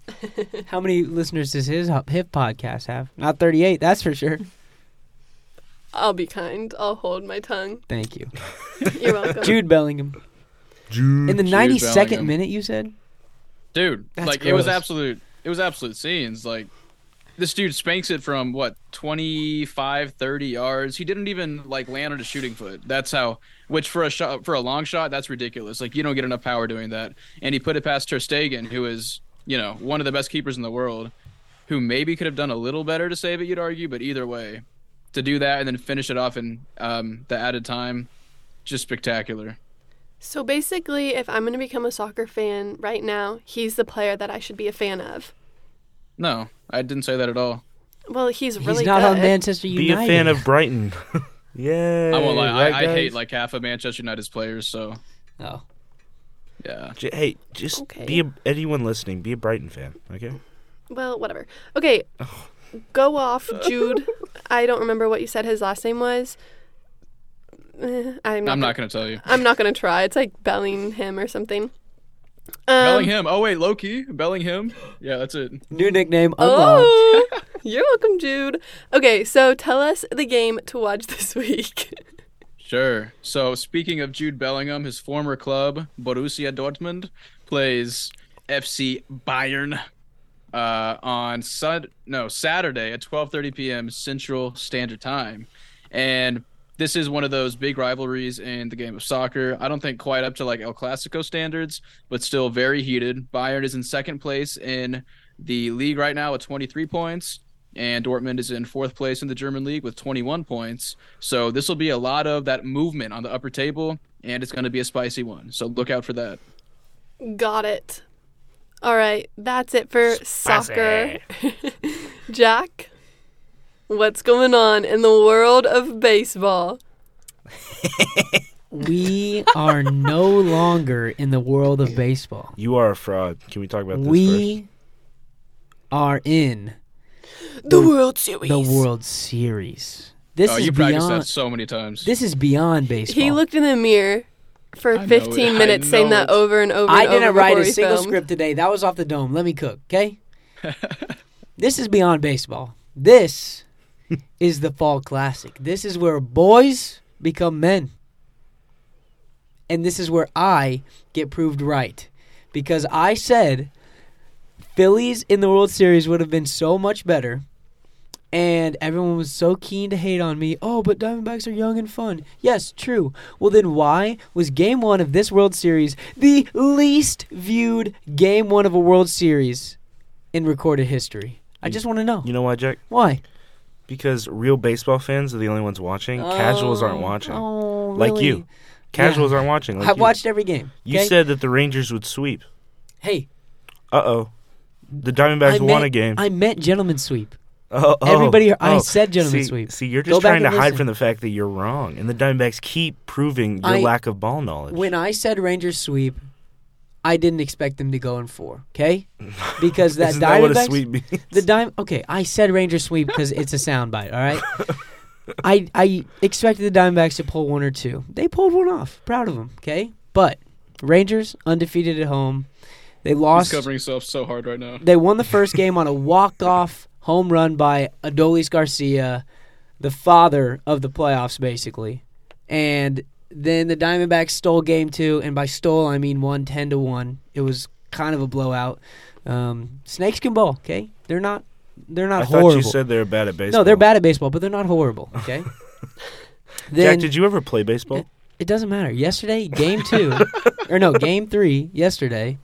How many listeners does his hip hip podcast have? Not thirty-eight. That's for sure. I'll be kind. I'll hold my tongue. Thank you, You're welcome. Jude Bellingham. Jude. In the Jude ninety-second Bellingham. minute, you said. dude That's like it was gross. absolute it was absolute scenes like this dude spanks it from what 25 30 yards he didn't even like land on his shooting foot that's how which for a shot for a long shot that's ridiculous like you don't get enough power doing that and he put it past Ter Stegen who is you know one of the best keepers in the world who maybe could have done a little better to save it you'd argue but either way to do that and then finish it off in um, the added time just spectacular so basically, if I'm going to become a soccer fan right now, he's the player that I should be a fan of. no i didn't say that at all Well, he's really he's not good. on Manchester Be United. a fan of Brighton. yeah. I won't lie. I, I hate like half of Manchester United's players. So Oh, yeah, J- hey, just Okay. be a, anyone listening. Be a Brighton fan. Okay. Well, whatever. Okay. Go off, Jude. I don't remember what you said his last name was. Eh, I'm not, I'm gonna, not gonna tell you. I'm not going to try. It's like Bellingham or something. Um, Bellingham. Oh wait, Loki. Bellingham. Yeah, that's it. new nickname unlocked. Oh, you're welcome, Jude. Okay, so tell us the game to watch this week. Sure. So speaking of Jude Bellingham, his former club Borussia Dortmund plays FC Bayern uh, on Sun no Saturday at 12:30 p.m. Central Standard Time, and this is one of those big rivalries in the game of soccer. I don't think quite up to like El Clasico standards, but still very heated. Bayern is in second place in the league right now with 23 points, and Dortmund is in fourth place in the German league with 21 points. So this will be a lot of that movement on the upper table, and it's going to be a spicy one. So look out for that. Got it. All right, that's it for soccer. Jack, what's going on in the world of baseball? We are no longer in the world of baseball. You are a fraud. Can we talk about this first? We are in The World Series. the World Series. This Oh, is you practiced that beyond. so many times. This is beyond baseball. He looked in the mirror for know 15 it. I minutes saying know that it. over and over. I and over didn't write before a we single filmed. script today. That was off the dome. Let me cook, okay? this is beyond baseball. This is the fall classic. This is where boys become men. And this is where I get proved right. Because I said Phillies in the World Series would have been so much better. And everyone was so keen to hate on me. Oh, but Diamondbacks are young and fun. Yes, true. Well, then why was Game 1 of this World Series the least viewed Game 1 of a World Series in recorded history? I just want to know. You know why, Jack? Why? Because real baseball fans are the only ones watching. Casuals aren't Oh, watching. Oh, Like really? you. Casuals aren't watching. Like I've you. watched every game. You okay? said that the Rangers would sweep. hey, Uh oh. The Diamondbacks I won meant, a game. I meant gentleman sweep. oh, oh, everybody- I oh. said gentlemen see, sweep. See, you're Go just back trying to and hide listen. from the fact that you're wrong, and the Diamondbacks keep proving your I- lack of ball knowledge. When I said Rangers sweep, I didn't expect them to go in four. Okay, because that Isn't that what a Diamondbacks- sweep means? The dime. Okay, I said Rangers sweep because it's a soundbite. All right. I I expected the Diamondbacks to pull one or two. They pulled one off. Proud of them. Okay, but Rangers undefeated at home. They He's lost. covering himself so hard right now. They won the first game on a walk off home run by Adolis Garcia, the father of the playoffs, basically. And then the Diamondbacks stole game two, and by stole I mean one ten to one. It was kind of a blowout. Um, snakes can bowl, okay? They're not they're not I horrible. thought you said they were bad at baseball. no, they're bad at baseball, but they're not horrible, okay? then Jack, did you ever play baseball? it doesn't matter. Yesterday, game two, or no, game three, yesterday,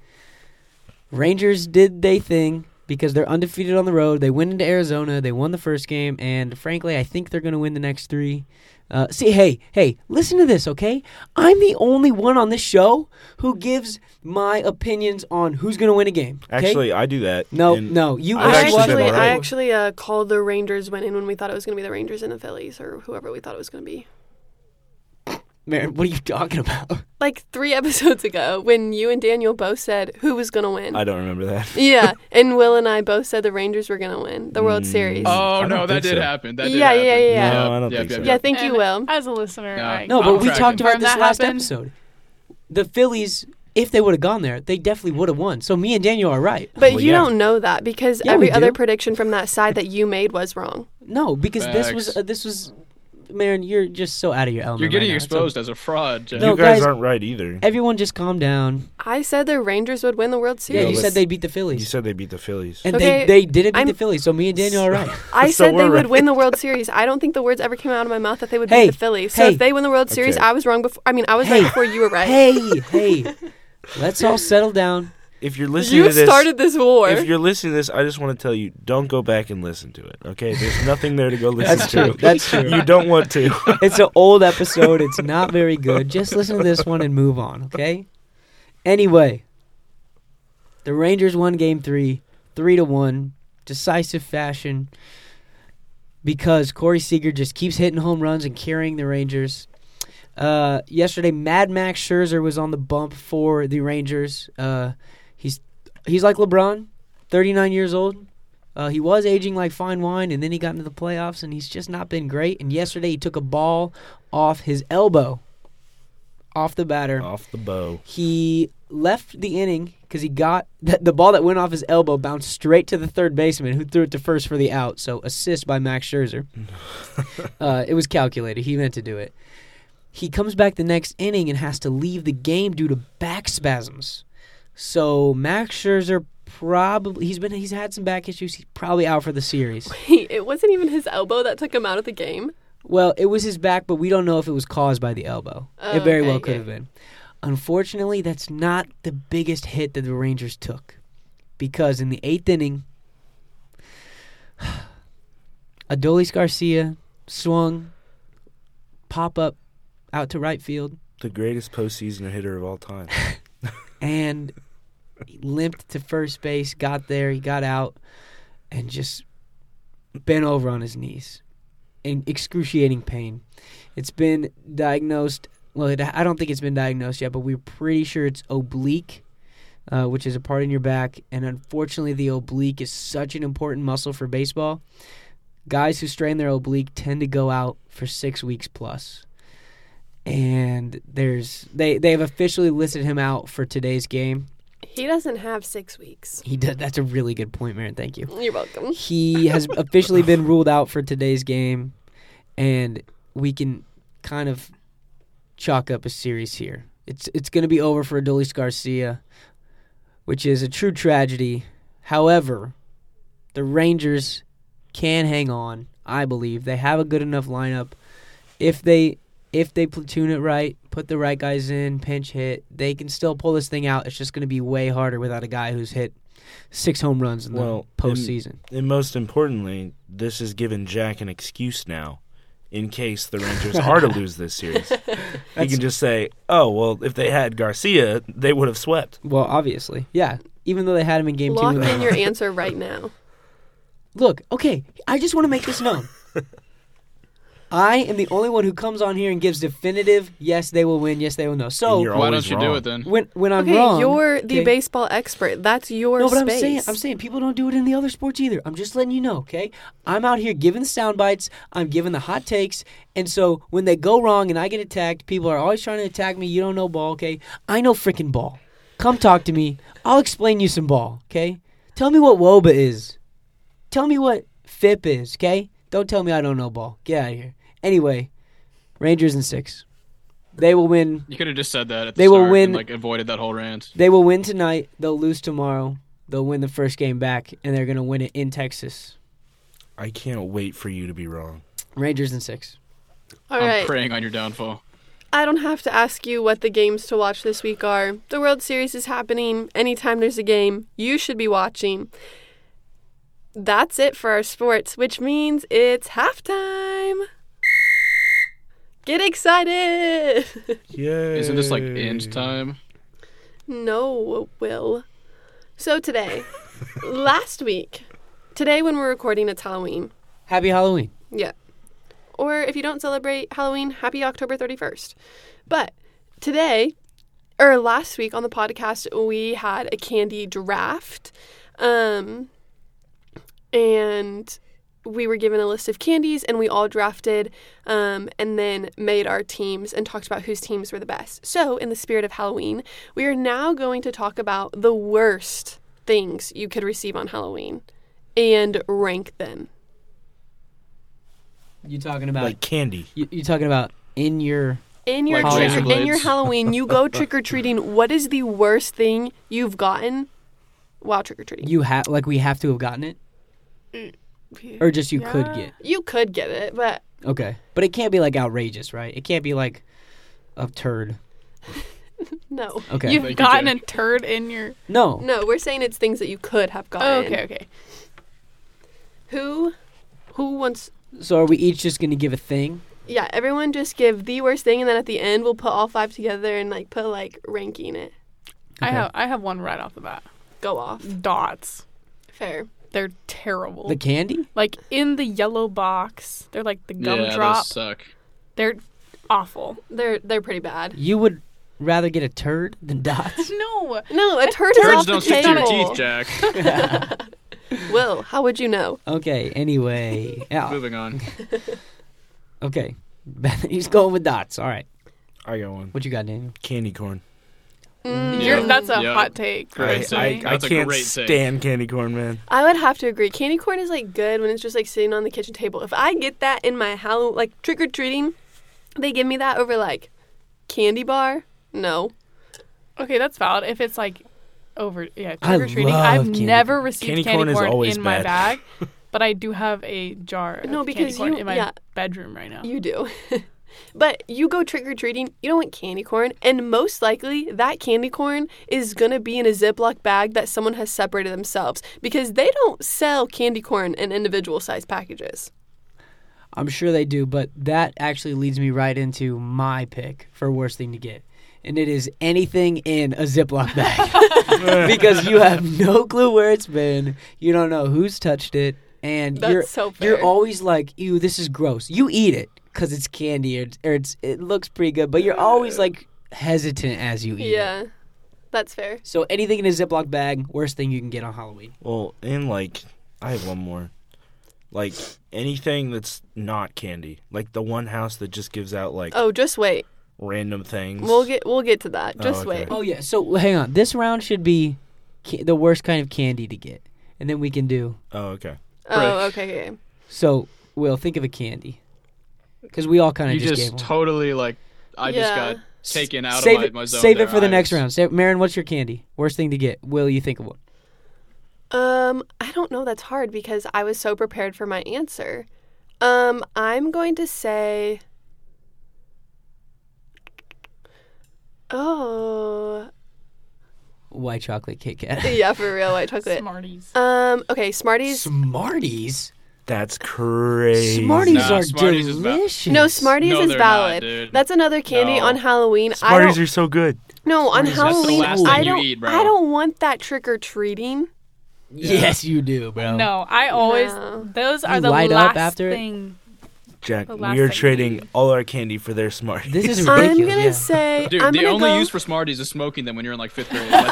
Rangers did they thing because they're undefeated on the road. They went into Arizona. They won the first game, and frankly, I think they're going to win the next three. Uh, see, hey, hey, listen to this, okay? I'm the only one on this show who gives my opinions on who's going to win a game. okay? Actually, I do that. no, and no, you I've I just actually watch been actually, alright. I actually uh, called the Rangers winning when we thought it was going to be the Rangers and the Phillies or whoever we thought it was going to be. Maren, what are you talking about? Like three episodes ago, when you and Daniel both said who was going to win. I don't remember that. yeah, and Will and I both said the Rangers were going to win the World Series. I Oh no, don't that think did so. happen. That did Yeah, happen. yeah, yeah, yeah. No, I don't Yep, think yep, so. yep. yeah, thank you, And Will. As a listener, No. I, No, I'm but we tracking. talked about Confirm this that last happened. episode. The Phillies, if they would have gone there, they definitely would have won. So me and Daniel are right. But Well, you yeah. don't know that because Yeah, we every do. other prediction from that side that you made was wrong. No, because this was Facts. uh, this was, Marin, you're just so out of your element. You're getting right now. It's exposed as a fraud, Jack. No, you guys, guys- aren't right either. okay. Everyone, just calm down. I said the Rangers would win the World Yeah, Series. you but- said they beat the Phillies, You said they beat the Phillies. and Okay, they they didn't beat I'm- the Phillies. So me and Daniel are right. I So said they we're would right. win the World Series. I don't think the words ever came out of my mouth that they would Hey, beat the Phillies. So hey, if they win the World Series, okay. I was wrong before. I mean, I was Hey, right before you were right. hey, hey, let's all settle down. If you're listening you to this, started this war. if you're listening to this, I just want to tell you, don't go back and listen to it. Okay, there's nothing there to go listen That's to. true. That's true. You don't want to. it's an old episode. It's not very good. Just listen to this one and move on, okay? Anyway, the Rangers won game three, three to one, decisive fashion, because Corey Seager just keeps hitting home runs and carrying the Rangers. Uh, yesterday, Mad Max Scherzer was on the bump for the Rangers. Uh, he's he's like LeBron, 39 years old. Uh, he was aging like fine wine, and then he got into the playoffs, and he's just not been great. And yesterday, he took a ball off his elbow, off the batter. Off the bow. He left the inning because he got th- the ball that went off his elbow bounced straight to the third baseman, who threw it to first for the out. So assist by Max Scherzer. uh, it was calculated. He meant to do it. He comes back the next inning and has to leave the game due to back spasms. So Max Scherzer probably he's been he's had some back issues. He's probably out for the series. it wasn't even his elbow that took him out of the game. Well, it was his back, but we don't know if it was caused by the elbow. Oh, it very okay, well could yeah. have been. Unfortunately, that's not the biggest hit that the Rangers took. Because in the eighth inning, Adolis Garcia swung, pop up out to right field, The greatest postseason hitter of all time. and he limped to first base, got there, he got out, and just bent over on his knees in excruciating pain. It's been diagnosed. Well, it, I don't think it's been diagnosed yet, but we're pretty sure it's oblique, uh, which is a part in your back. And unfortunately, the oblique is such an important muscle for baseball. Guys who strain their oblique tend to go out for six weeks plus and there's they they've officially listed him out for today's game. He doesn't have six weeks. He did. That's a really good point, Marin. Thank you. You're welcome. He has officially been ruled out for today's game, and we can kind of chalk up a series here. It's it's going to be over for Adolis Garcia, which is a true tragedy. However, the Rangers can hang on. I believe they have a good enough lineup. If they if they platoon it right, put the right guys in, pinch hit, they can still pull this thing out. It's just going to be way harder without a guy who's hit six home runs in Well, the postseason. And most importantly, this has given Jack an excuse now in case the Rangers are to lose this series. he That's- can just say, oh, well, if they had Garcia, they would have swept. Well, obviously, yeah. Even though they had him in game Lock two, in your answer right now. look, okay, I just want to make this known. I am the only one who comes on here and gives definitive yes, they will win, yes, they will no. And So you're Why don't always you do wrong. it then? when when I'm okay, wrong, you're the okay? baseball expert. That's your No, but I'm space. saying I'm saying people don't do it in the other sports either. I'm just letting you know, okay? I'm out here giving the sound bites, I'm giving the hot takes, and so when they go wrong and I get attacked, people are always trying to attack me. You don't know ball, okay? I know freaking ball. Come talk to me. I'll explain you some ball, okay? Tell me what woba is. Tell me what FIP is, okay? Don't tell me I don't know ball. Get out of here. Anyway, Rangers and six. They will win. You could have just said that at the They will start and, win- like avoided that whole rant. They will win tonight. They'll lose tomorrow. They'll win the first game back, and they're going to win it in Texas. I can't wait for you to be wrong. Rangers and six. All I'm right. preying on your downfall. I don't have to ask you what the games to watch this week are. The World Series is happening. Anytime there's a game, you should be watching. That's it for our sports, which means it's halftime. Get excited! Yeah. Isn't this like end time? no, Will. So today, last week, today when we're recording, it's Halloween. Happy Halloween. Yeah. Or if you don't celebrate Halloween, happy October 31st. But today, or last week on the podcast, we had a candy draft. Um, and we were given a list of candies and we all drafted um, and then made our teams and talked about whose teams were the best. So, in the spirit of Halloween, we are now going to talk about the worst things you could receive on Halloween and rank them. You talking about Like candy. you, you talking about in your in your Like trick- razor in your blades. Halloween, you go trick or treating. What is the worst thing you've gotten while trick or treating? You, you have like we have to have gotten it or just you could Yeah. get. could get it, but Okay. But it can't be like outrageous, right? It can't be like a turd. no, Okay. You've Thank you, gotten Jack. a turd in your. no. no. We're saying it's things that you could have gotten. Oh, okay, okay. Who, who wants? So are we each just going to give a thing? Yeah, everyone just give the worst thing, and then at the end we'll put all five together and like put like ranking it. I Okay. have I have one right off the bat. Go off. Dots. Fair. They're terrible. The candy? like in the yellow box. They're like the yeah, gumdrop. those suck. They're awful. They're they're pretty bad. You would rather get a turd than dots? No. No, a turd is Birds off the don't stick to your table. teeth, Jack. Will, how would you know? okay, anyway. Yeah. Moving on. Okay. He's going with dots. All right. I got one. What you got, Daniel? Candy corn. Mm, Yeah. You're, that's a Yeah. hot take. Great I, take. I, I That's a can't great take. stand candy corn, man. I would have to agree. Candy corn is like good when it's just like sitting on the kitchen table. If I get that in my Halloween, like trick or treating, they give me that over like candy bar. No, Okay, that's valid. If it's like over, yeah, I trick or treating. love I've candy never received Candy candy, corn corn, is always in my bad. bag, but I do have a jar No, of because candy corn you- in my yeah. bedroom right now. you do. but you go trick or treating, you don't want candy corn, and most likely that candy corn is gonna be in a Ziploc bag that someone has separated themselves because they don't sell candy corn in individual size packages. I'm sure they do, but that actually leads me right into my pick for worst thing to get. And it is anything in a Ziploc bag. because you have no clue where it's been. You don't know who's touched it. And That's you're, so fair. you're always like, ew, this is gross. You eat it because it's candy or, it's, or it's, it looks pretty good, but you're always like hesitant as you eat it. Yeah, that's fair. So anything in a Ziploc bag, worst thing you can get on Halloween. Well, and like, I have one more. Like anything that's not candy, like the one house that just gives out like Oh, just wait. random things. We'll get we'll get to that. Oh, Just okay. wait. Oh, yeah. So hang on. This round should be ca- the worst kind of candy to get. And then we can do Oh, okay. Oh, okay, okay. So, Will, think of a candy. Because we all kind of You just, just gave one. totally like. I just Yeah. got taken out save of my, it, my zone. save there. it for the I next was- round. Save, Marin, what's your candy? Worst thing to get. Will, you think of one? Um, I don't know. That's hard because I was so prepared for my answer. Um, I'm going to say. Oh, white chocolate Kit Kat. yeah, for real, white chocolate. Smarties. Um, okay, Smarties. Smarties. That's crazy. Smarties Nah, are Smarties is val- delicious. no, Smarties No, is they're not, valid. dude. That's another candy No. on Halloween. I Smarties don't, are so good. no, on Smarties are- that's the Halloween, last thing I you don't. eat, bro. I don't want that trick or treating. Yes, you do, bro. No, I always. No. Those You are the light up last after it? thing. Jack, The last we are thing you trading all our candy for their Smarties. This is ridiculous. I'm gonna yeah. say Dude, I'm the gonna only go, use for Smarties is smoking them when you're in like fifth grade. That's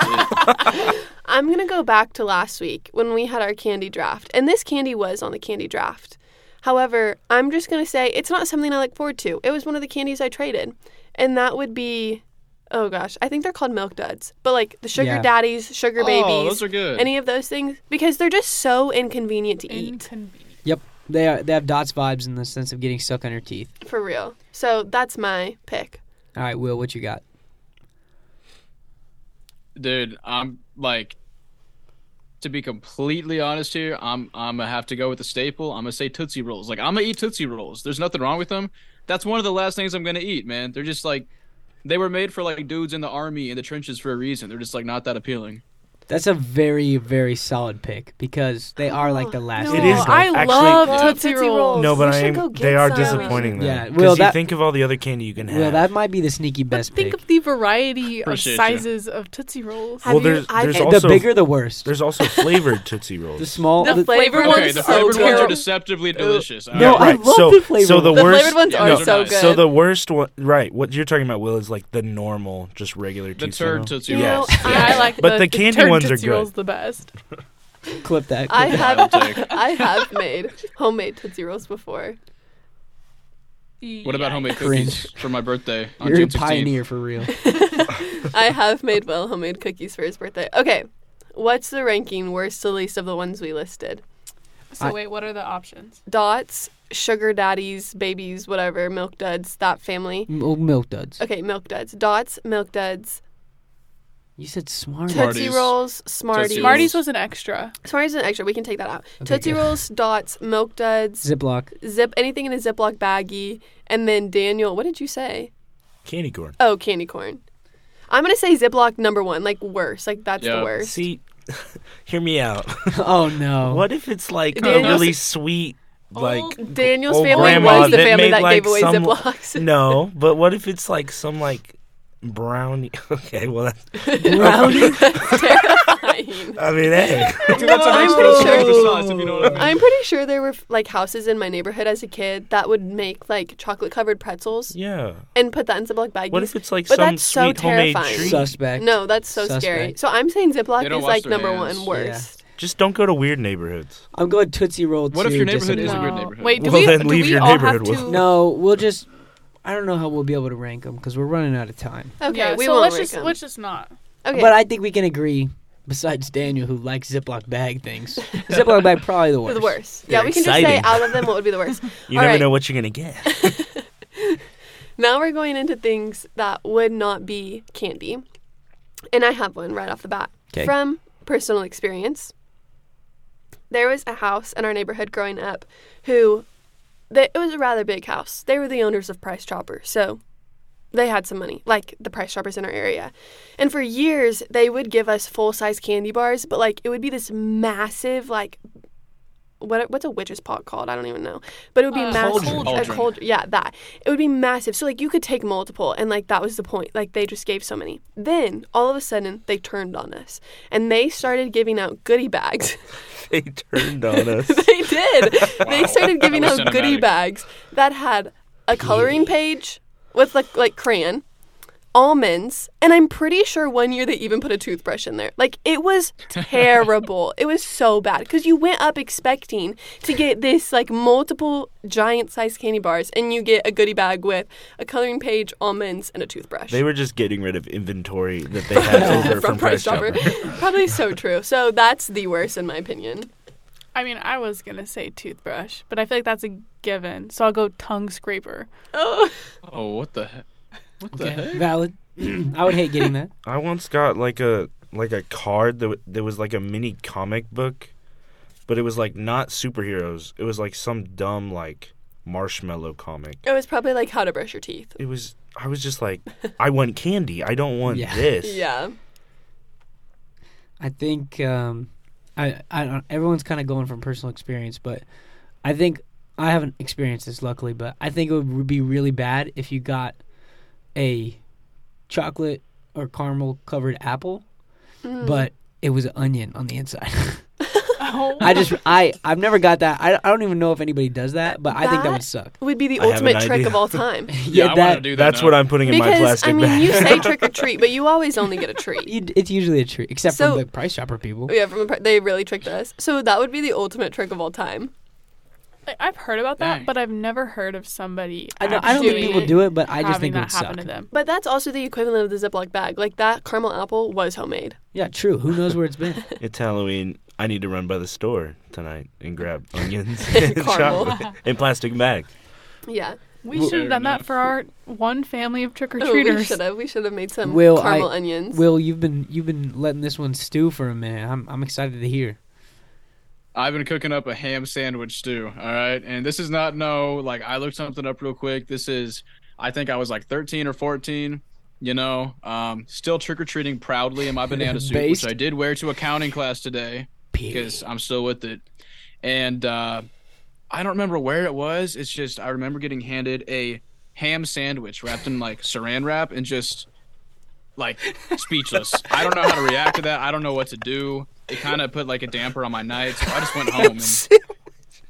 it. I'm gonna go back to last week when we had our candy draft, and this candy was on the candy draft. However, I'm just gonna say it's not something I look forward to. It was one of the candies I traded, and that would be, oh gosh, I think they're called milk duds, but like the sugar Yeah. daddies, sugar babies, Oh, those are good. any of those things, because they're just so inconvenient to eat Inconvenient. Yep, they are. They have dots vibes in the sense of getting stuck on your teeth. for real. So that's my pick. All right, Will, what you got? Dude, I'm like, to be completely honest here, I'm I'm gonna have to go with the staple. I'm gonna say Tootsie Rolls. Like I'm gonna eat Tootsie Rolls. There's nothing wrong with them. That's one of the last things I'm gonna eat, man. They're just like, they were made for like dudes in the army in the trenches for a reason. They're just like not that appealing. That's a very, very solid pick because they are like the last. No, It thing. is, though. I Actually- love Yeah. Tootsie, Tootsie Rolls. Rolls. no, but We I should am, go they get are some. disappointing though. Yeah, 'Cause well, you that- think of all the other candy you can have. Well, that might be the sneaky best Think pick. of the variety Appreciate you. of sizes of Tootsie Rolls. Have Well, you- there's- I- there's and the also- bigger, the worst. There's also flavored Tootsie Rolls. The small. The the- flavor Okay, ones so the flavored ones are terrible. deceptively delicious. No, Alright. I right. love so, the flavored so the ones. The worst. flavored ones Yeah, are those are so nice. good. So the worst one, right? What you're talking about, Will, is like the normal, just regular the Tootsie turd Roll. Tootsie You know, Rolls. Yeah, I like But the, the candy turd ones are Tootsie good. Rolls the best. clip that. Clip I that. have I'll take. I have made homemade Tootsie Rolls before. What about homemade Cringe. cookies for my birthday on You're a June 16th? pioneer for real. I have made Will homemade cookies for his birthday. Okay. What's the ranking worst to least of the ones we listed? So I- wait, what are the options? Dots, sugar daddies, babies, whatever, milk duds, that family. M- oh, milk duds. Okay, milk duds. Dots, milk duds, You said smart. Smarties. Tootsie Rolls, Smarties. Smarties Tootsie Smarties, was an extra. Smarties is an extra. We can take that out. Okay, Tootsie good. Rolls, Dots, milk duds, Ziploc. zip, anything in a Ziploc baggie. And then Daniel, what did you say? Candy corn. Oh, candy corn. I'm going to say Ziploc number one, like worst. Like that's Yeah. the worst. See, hear me out. oh no. What if it's like a Daniel's- really sweet, like Daniel's old family Oh, grandma was the that family made, that like, gave away some- Ziplocs. no? But what if it's like some like brownie? Okay, well, that's, Brownie. terrifying. I mean, hey, Dude, that's a I'm nice pretty little sure- croissant, if you know what I mean. I'm pretty sure there were like houses in my neighborhood as a kid that would make like chocolate covered pretzels yeah. and put that in Ziploc baggies. What if it's like But some that's so sweet homemade terrifying. treat? Suspect. no, that's so scary. Suspect. So I'm saying They Ziploc don't is wash like their number hands. one worst. Just don't go to weird neighborhoods. I'm going Tootsie Roll. What if too, your just neighborhood in is a case. good neighborhood? Wait, do Well, we, then do leave we your all have neighborhood to? with- No, we'll just. I don't know how we'll be able to rank them because we're running out of time. Okay, yeah, we so won't let's rank just 'em. let's just not. okay, But I think we can agree. Besides Daniel, who likes Ziploc bag things, Ziploc bag probably the worst. the worst. Yeah, They're we can just say exciting. out of them what would be the worst. You All never right. know what you're gonna get. Now we're going into things that would not be candy. And I have one right off the bat 'Kay. from personal experience. There was a house in our neighborhood growing up who they, it was a rather big house. They were the owners of Price Chopper, so they had some money, like the Price Choppers in our area. And for years, they would give us full size candy bars, but like it would be this massive, like what what's a witch's pot called? I don't even know, but it would be Uh, massive. Cauldron. A Cauldron. cauldron, yeah, that it would be massive. So like you could take multiple, and like that was the point. Like they just gave so many. Then all of a sudden, they turned on us, and they started giving out goodie bags. they turned on us. they did. They started giving That was out goodie cinematic. bags that had a coloring page with like like crayon, almonds, and I'm pretty sure one year they even put a toothbrush in there. Like it was terrible. it was so bad because you went up expecting to get this like multiple giant sized candy bars, and you get a goodie bag with a coloring page, almonds, and a toothbrush. They were just getting rid of inventory that they had over from, Price Chopper. Probably so true. So that's the worst in my opinion. I mean, I was gonna say toothbrush, but I feel like that's a given. So I'll go tongue scraper. Oh, Oh, what the heck? What the Okay, heck? valid. I would hate getting that. I once got like a like a card that w- there was like a mini comic book, but it was like not superheroes. It was like some dumb like marshmallow comic. it was probably like how to brush your teeth. It was I was just like I want candy. I don't want Yeah. this. Yeah. I think um, I I don't. Everyone's kind of going from personal experience, but I think I haven't experienced this luckily, but I think it would be really bad if you got a chocolate or caramel covered apple, Mm. but it was an onion on the inside. Oh, I just I I've never got that. I I don't even know if anybody does that, but I think that That- would suck. would be the I have an ultimate trick idea. of all time. Yeah, I that want to do that. That's now. what I'm putting in my because plastic I mean, bag. you say trick or treat, but you always only get a treat. you, it's usually a treat, except So- for the price shopper people. Yeah, from a, pri- they really tricked us. So that would be the ultimate trick of all time. like, I've heard about that, Dang. but I've never heard of somebody. I know I don't think actually people do it, but I just having think it that would happen suck. to them. But that's also the equivalent of the Ziploc bag. Like that caramel apple was homemade. Yeah, true. Who knows where it's been? It's Halloween. I need to run by the store tonight and grab onions And and caramel. chocolate in plastic bags. Yeah. We Well- should have done that Enough. for our one family of trick or Oh, we treaters. should have. We should have made some Will, caramel I- onions. Will, you've been you've been letting this one stew for a minute. I'm I'm excited to hear. I've been cooking up a ham sandwich stew. All right. And this is not no, like, I looked something up real quick. This is, I think I was like 13 or 14, you know, um, still trick or treating proudly in my banana suit, Based. which I did wear to accounting class today because I'm still with it. And uh, I don't remember where it was. It's just, I remember getting handed a ham sandwich wrapped in like saran wrap and just like speechless. I don't know how to react to that. I don't know what to do. It kind of put like a damper on my night, so I just went home and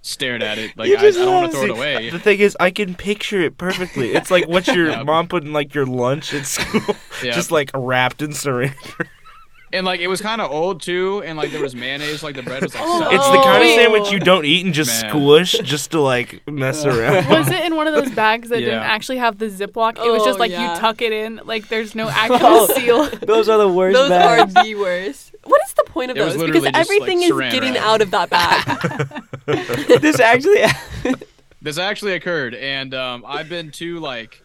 stared at it. Like I, I don't want to throw it See, away. The thing is, I can picture it perfectly. It's like what your Yeah. mom put in like your lunch at school, Yeah. just like wrapped in saran. And like it was kind of old too, and like there was mayonnaise. Like the bread was like. soaked. It's the kind of Oh. wait. sandwich you don't eat and just Man. squish just to like mess around. Was it in one of those bags that Yeah. didn't actually have the Ziploc? It was Oh, just like yeah. you tuck it in, like there's no actual Oh. seal. Those are the worst those bags. are the worst. What is the point of It was those? Because literally just, like, everything is saran getting wrap. out of that bag. this actually This actually occurred, and um, I've been too like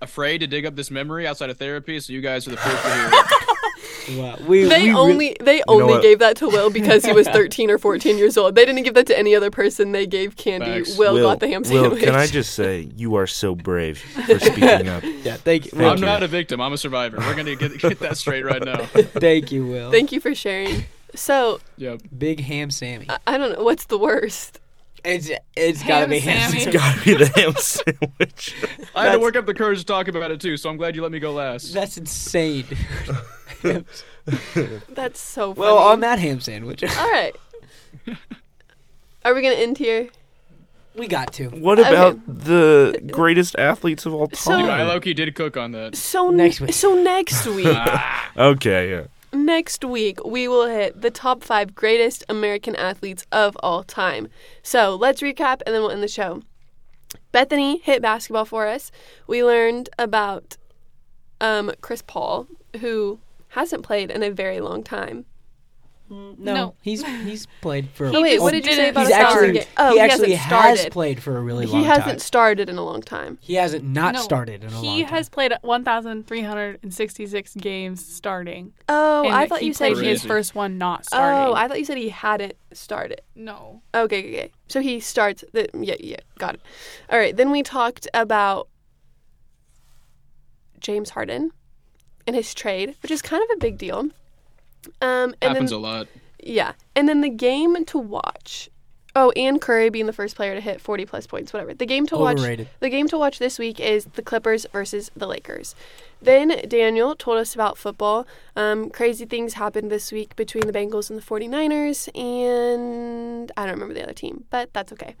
afraid to dig up this memory outside of therapy. So you guys are the first to hear. it. wow. we, we they re- only they only what? gave that to Will because he was 13 or 14 years old. They didn't give that to any other person. They gave candy. Facts. Will, got the ham Will, sandwich. can I just say you are so brave for speaking up? yeah, thank you. Thank I'm you. not a victim. I'm a survivor. We're gonna get get that straight right now. Thank you, Will. Thank you for sharing. So Yep. Big ham Sammy. I- I don't know what's the worst. It's it's gotta Ham be ham. Sammy. It's gotta be the ham sandwich. I had to That's- work up the courage to talk about it too, so I'm glad you let me go last. That's insane. That's so funny. well, on that ham sandwich, All right. Are we gonna end here? we got to What Okay. about the greatest athletes of all So- Dude, time? I low-key did cook on that. So Next week. So next week, okay, yeah. next week we will hit the top five greatest American athletes of all time. So let's recap and then we'll end the show. Bethany hit basketball for us. We learned about um, Chris Paul, who hasn't played in a very long time. no, No. he's he's played for. Oh, wait, what just did you say didn't- about he's a thousand actually game? Oh, he he actually hasn't started. has played for a really long he hasn't time. started in a long time. He hasn't not No, started in a long He has played 1,366 games starting. Oh, and I thought he you said played his Crazy. first one not starting. Oh, I thought you said he hadn't started. no. Okay, okay, okay. So he starts. The, yeah, yeah, got it. All right. Then we talked about James Harden and his trade, which is kind of a big deal. Um, and Happens then, a lot. yeah, and then the game to watch. Oh, and Curry being the first player to hit 40 plus points, whatever. The game to Overrated. watch. The game to watch this week is the Clippers versus the Lakers. Then Daniel told us about football. Um, crazy things happened this week between the Bengals and the 49ers, and I don't remember the other team, but that's okay.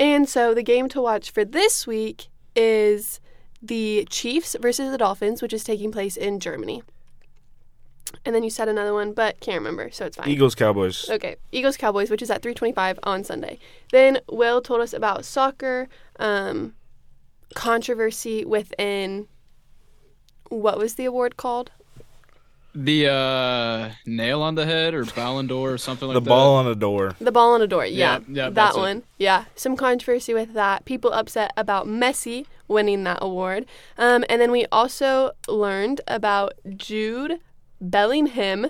And so the game to watch for this week is the Chiefs versus the Dolphins, which is taking place in Germany. And then you said another one, but can't remember, so it's fine. Eagles, Cowboys. Okay, Eagles Cowboys, which is at 3:25 on Sunday. Then Will told us about soccer um, controversy within what was the award called? The uh, nail on the head or Ballon d'Or or something like The that. ball on a door. The ball on a door. Yeah, Yeah, yeah, that that's it. one. Yeah, some controversy with that. People upset about Messi winning that award. Um, and then we also learned about Jude Bellingham,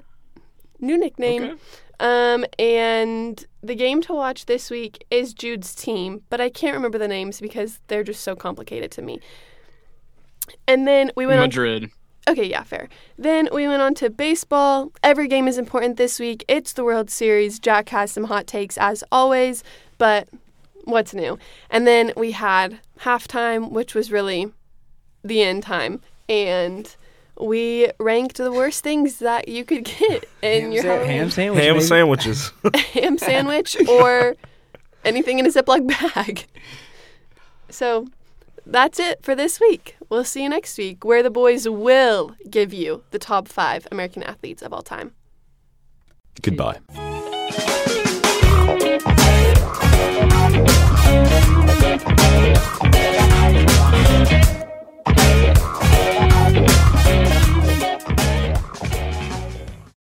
new nickname. Okay. Um, and the game to watch this week is Jude's team, but I can't remember the names because they're just so complicated to me. And then we went on. Madrid. Okay, yeah, fair. Then we went on to baseball. Every game is important this week. It's the World Series. Jack has some hot takes as always, but what's new? And then we had halftime, which was really the end time. And we ranked the worst things that you could get in ham, your sa- Halloween. ham sandwich. Ham baby. sandwiches. ham sandwich or anything in a Ziploc bag. So that's it for this week. We'll see you next week where the boys will give you the top five American athletes of all time. Goodbye.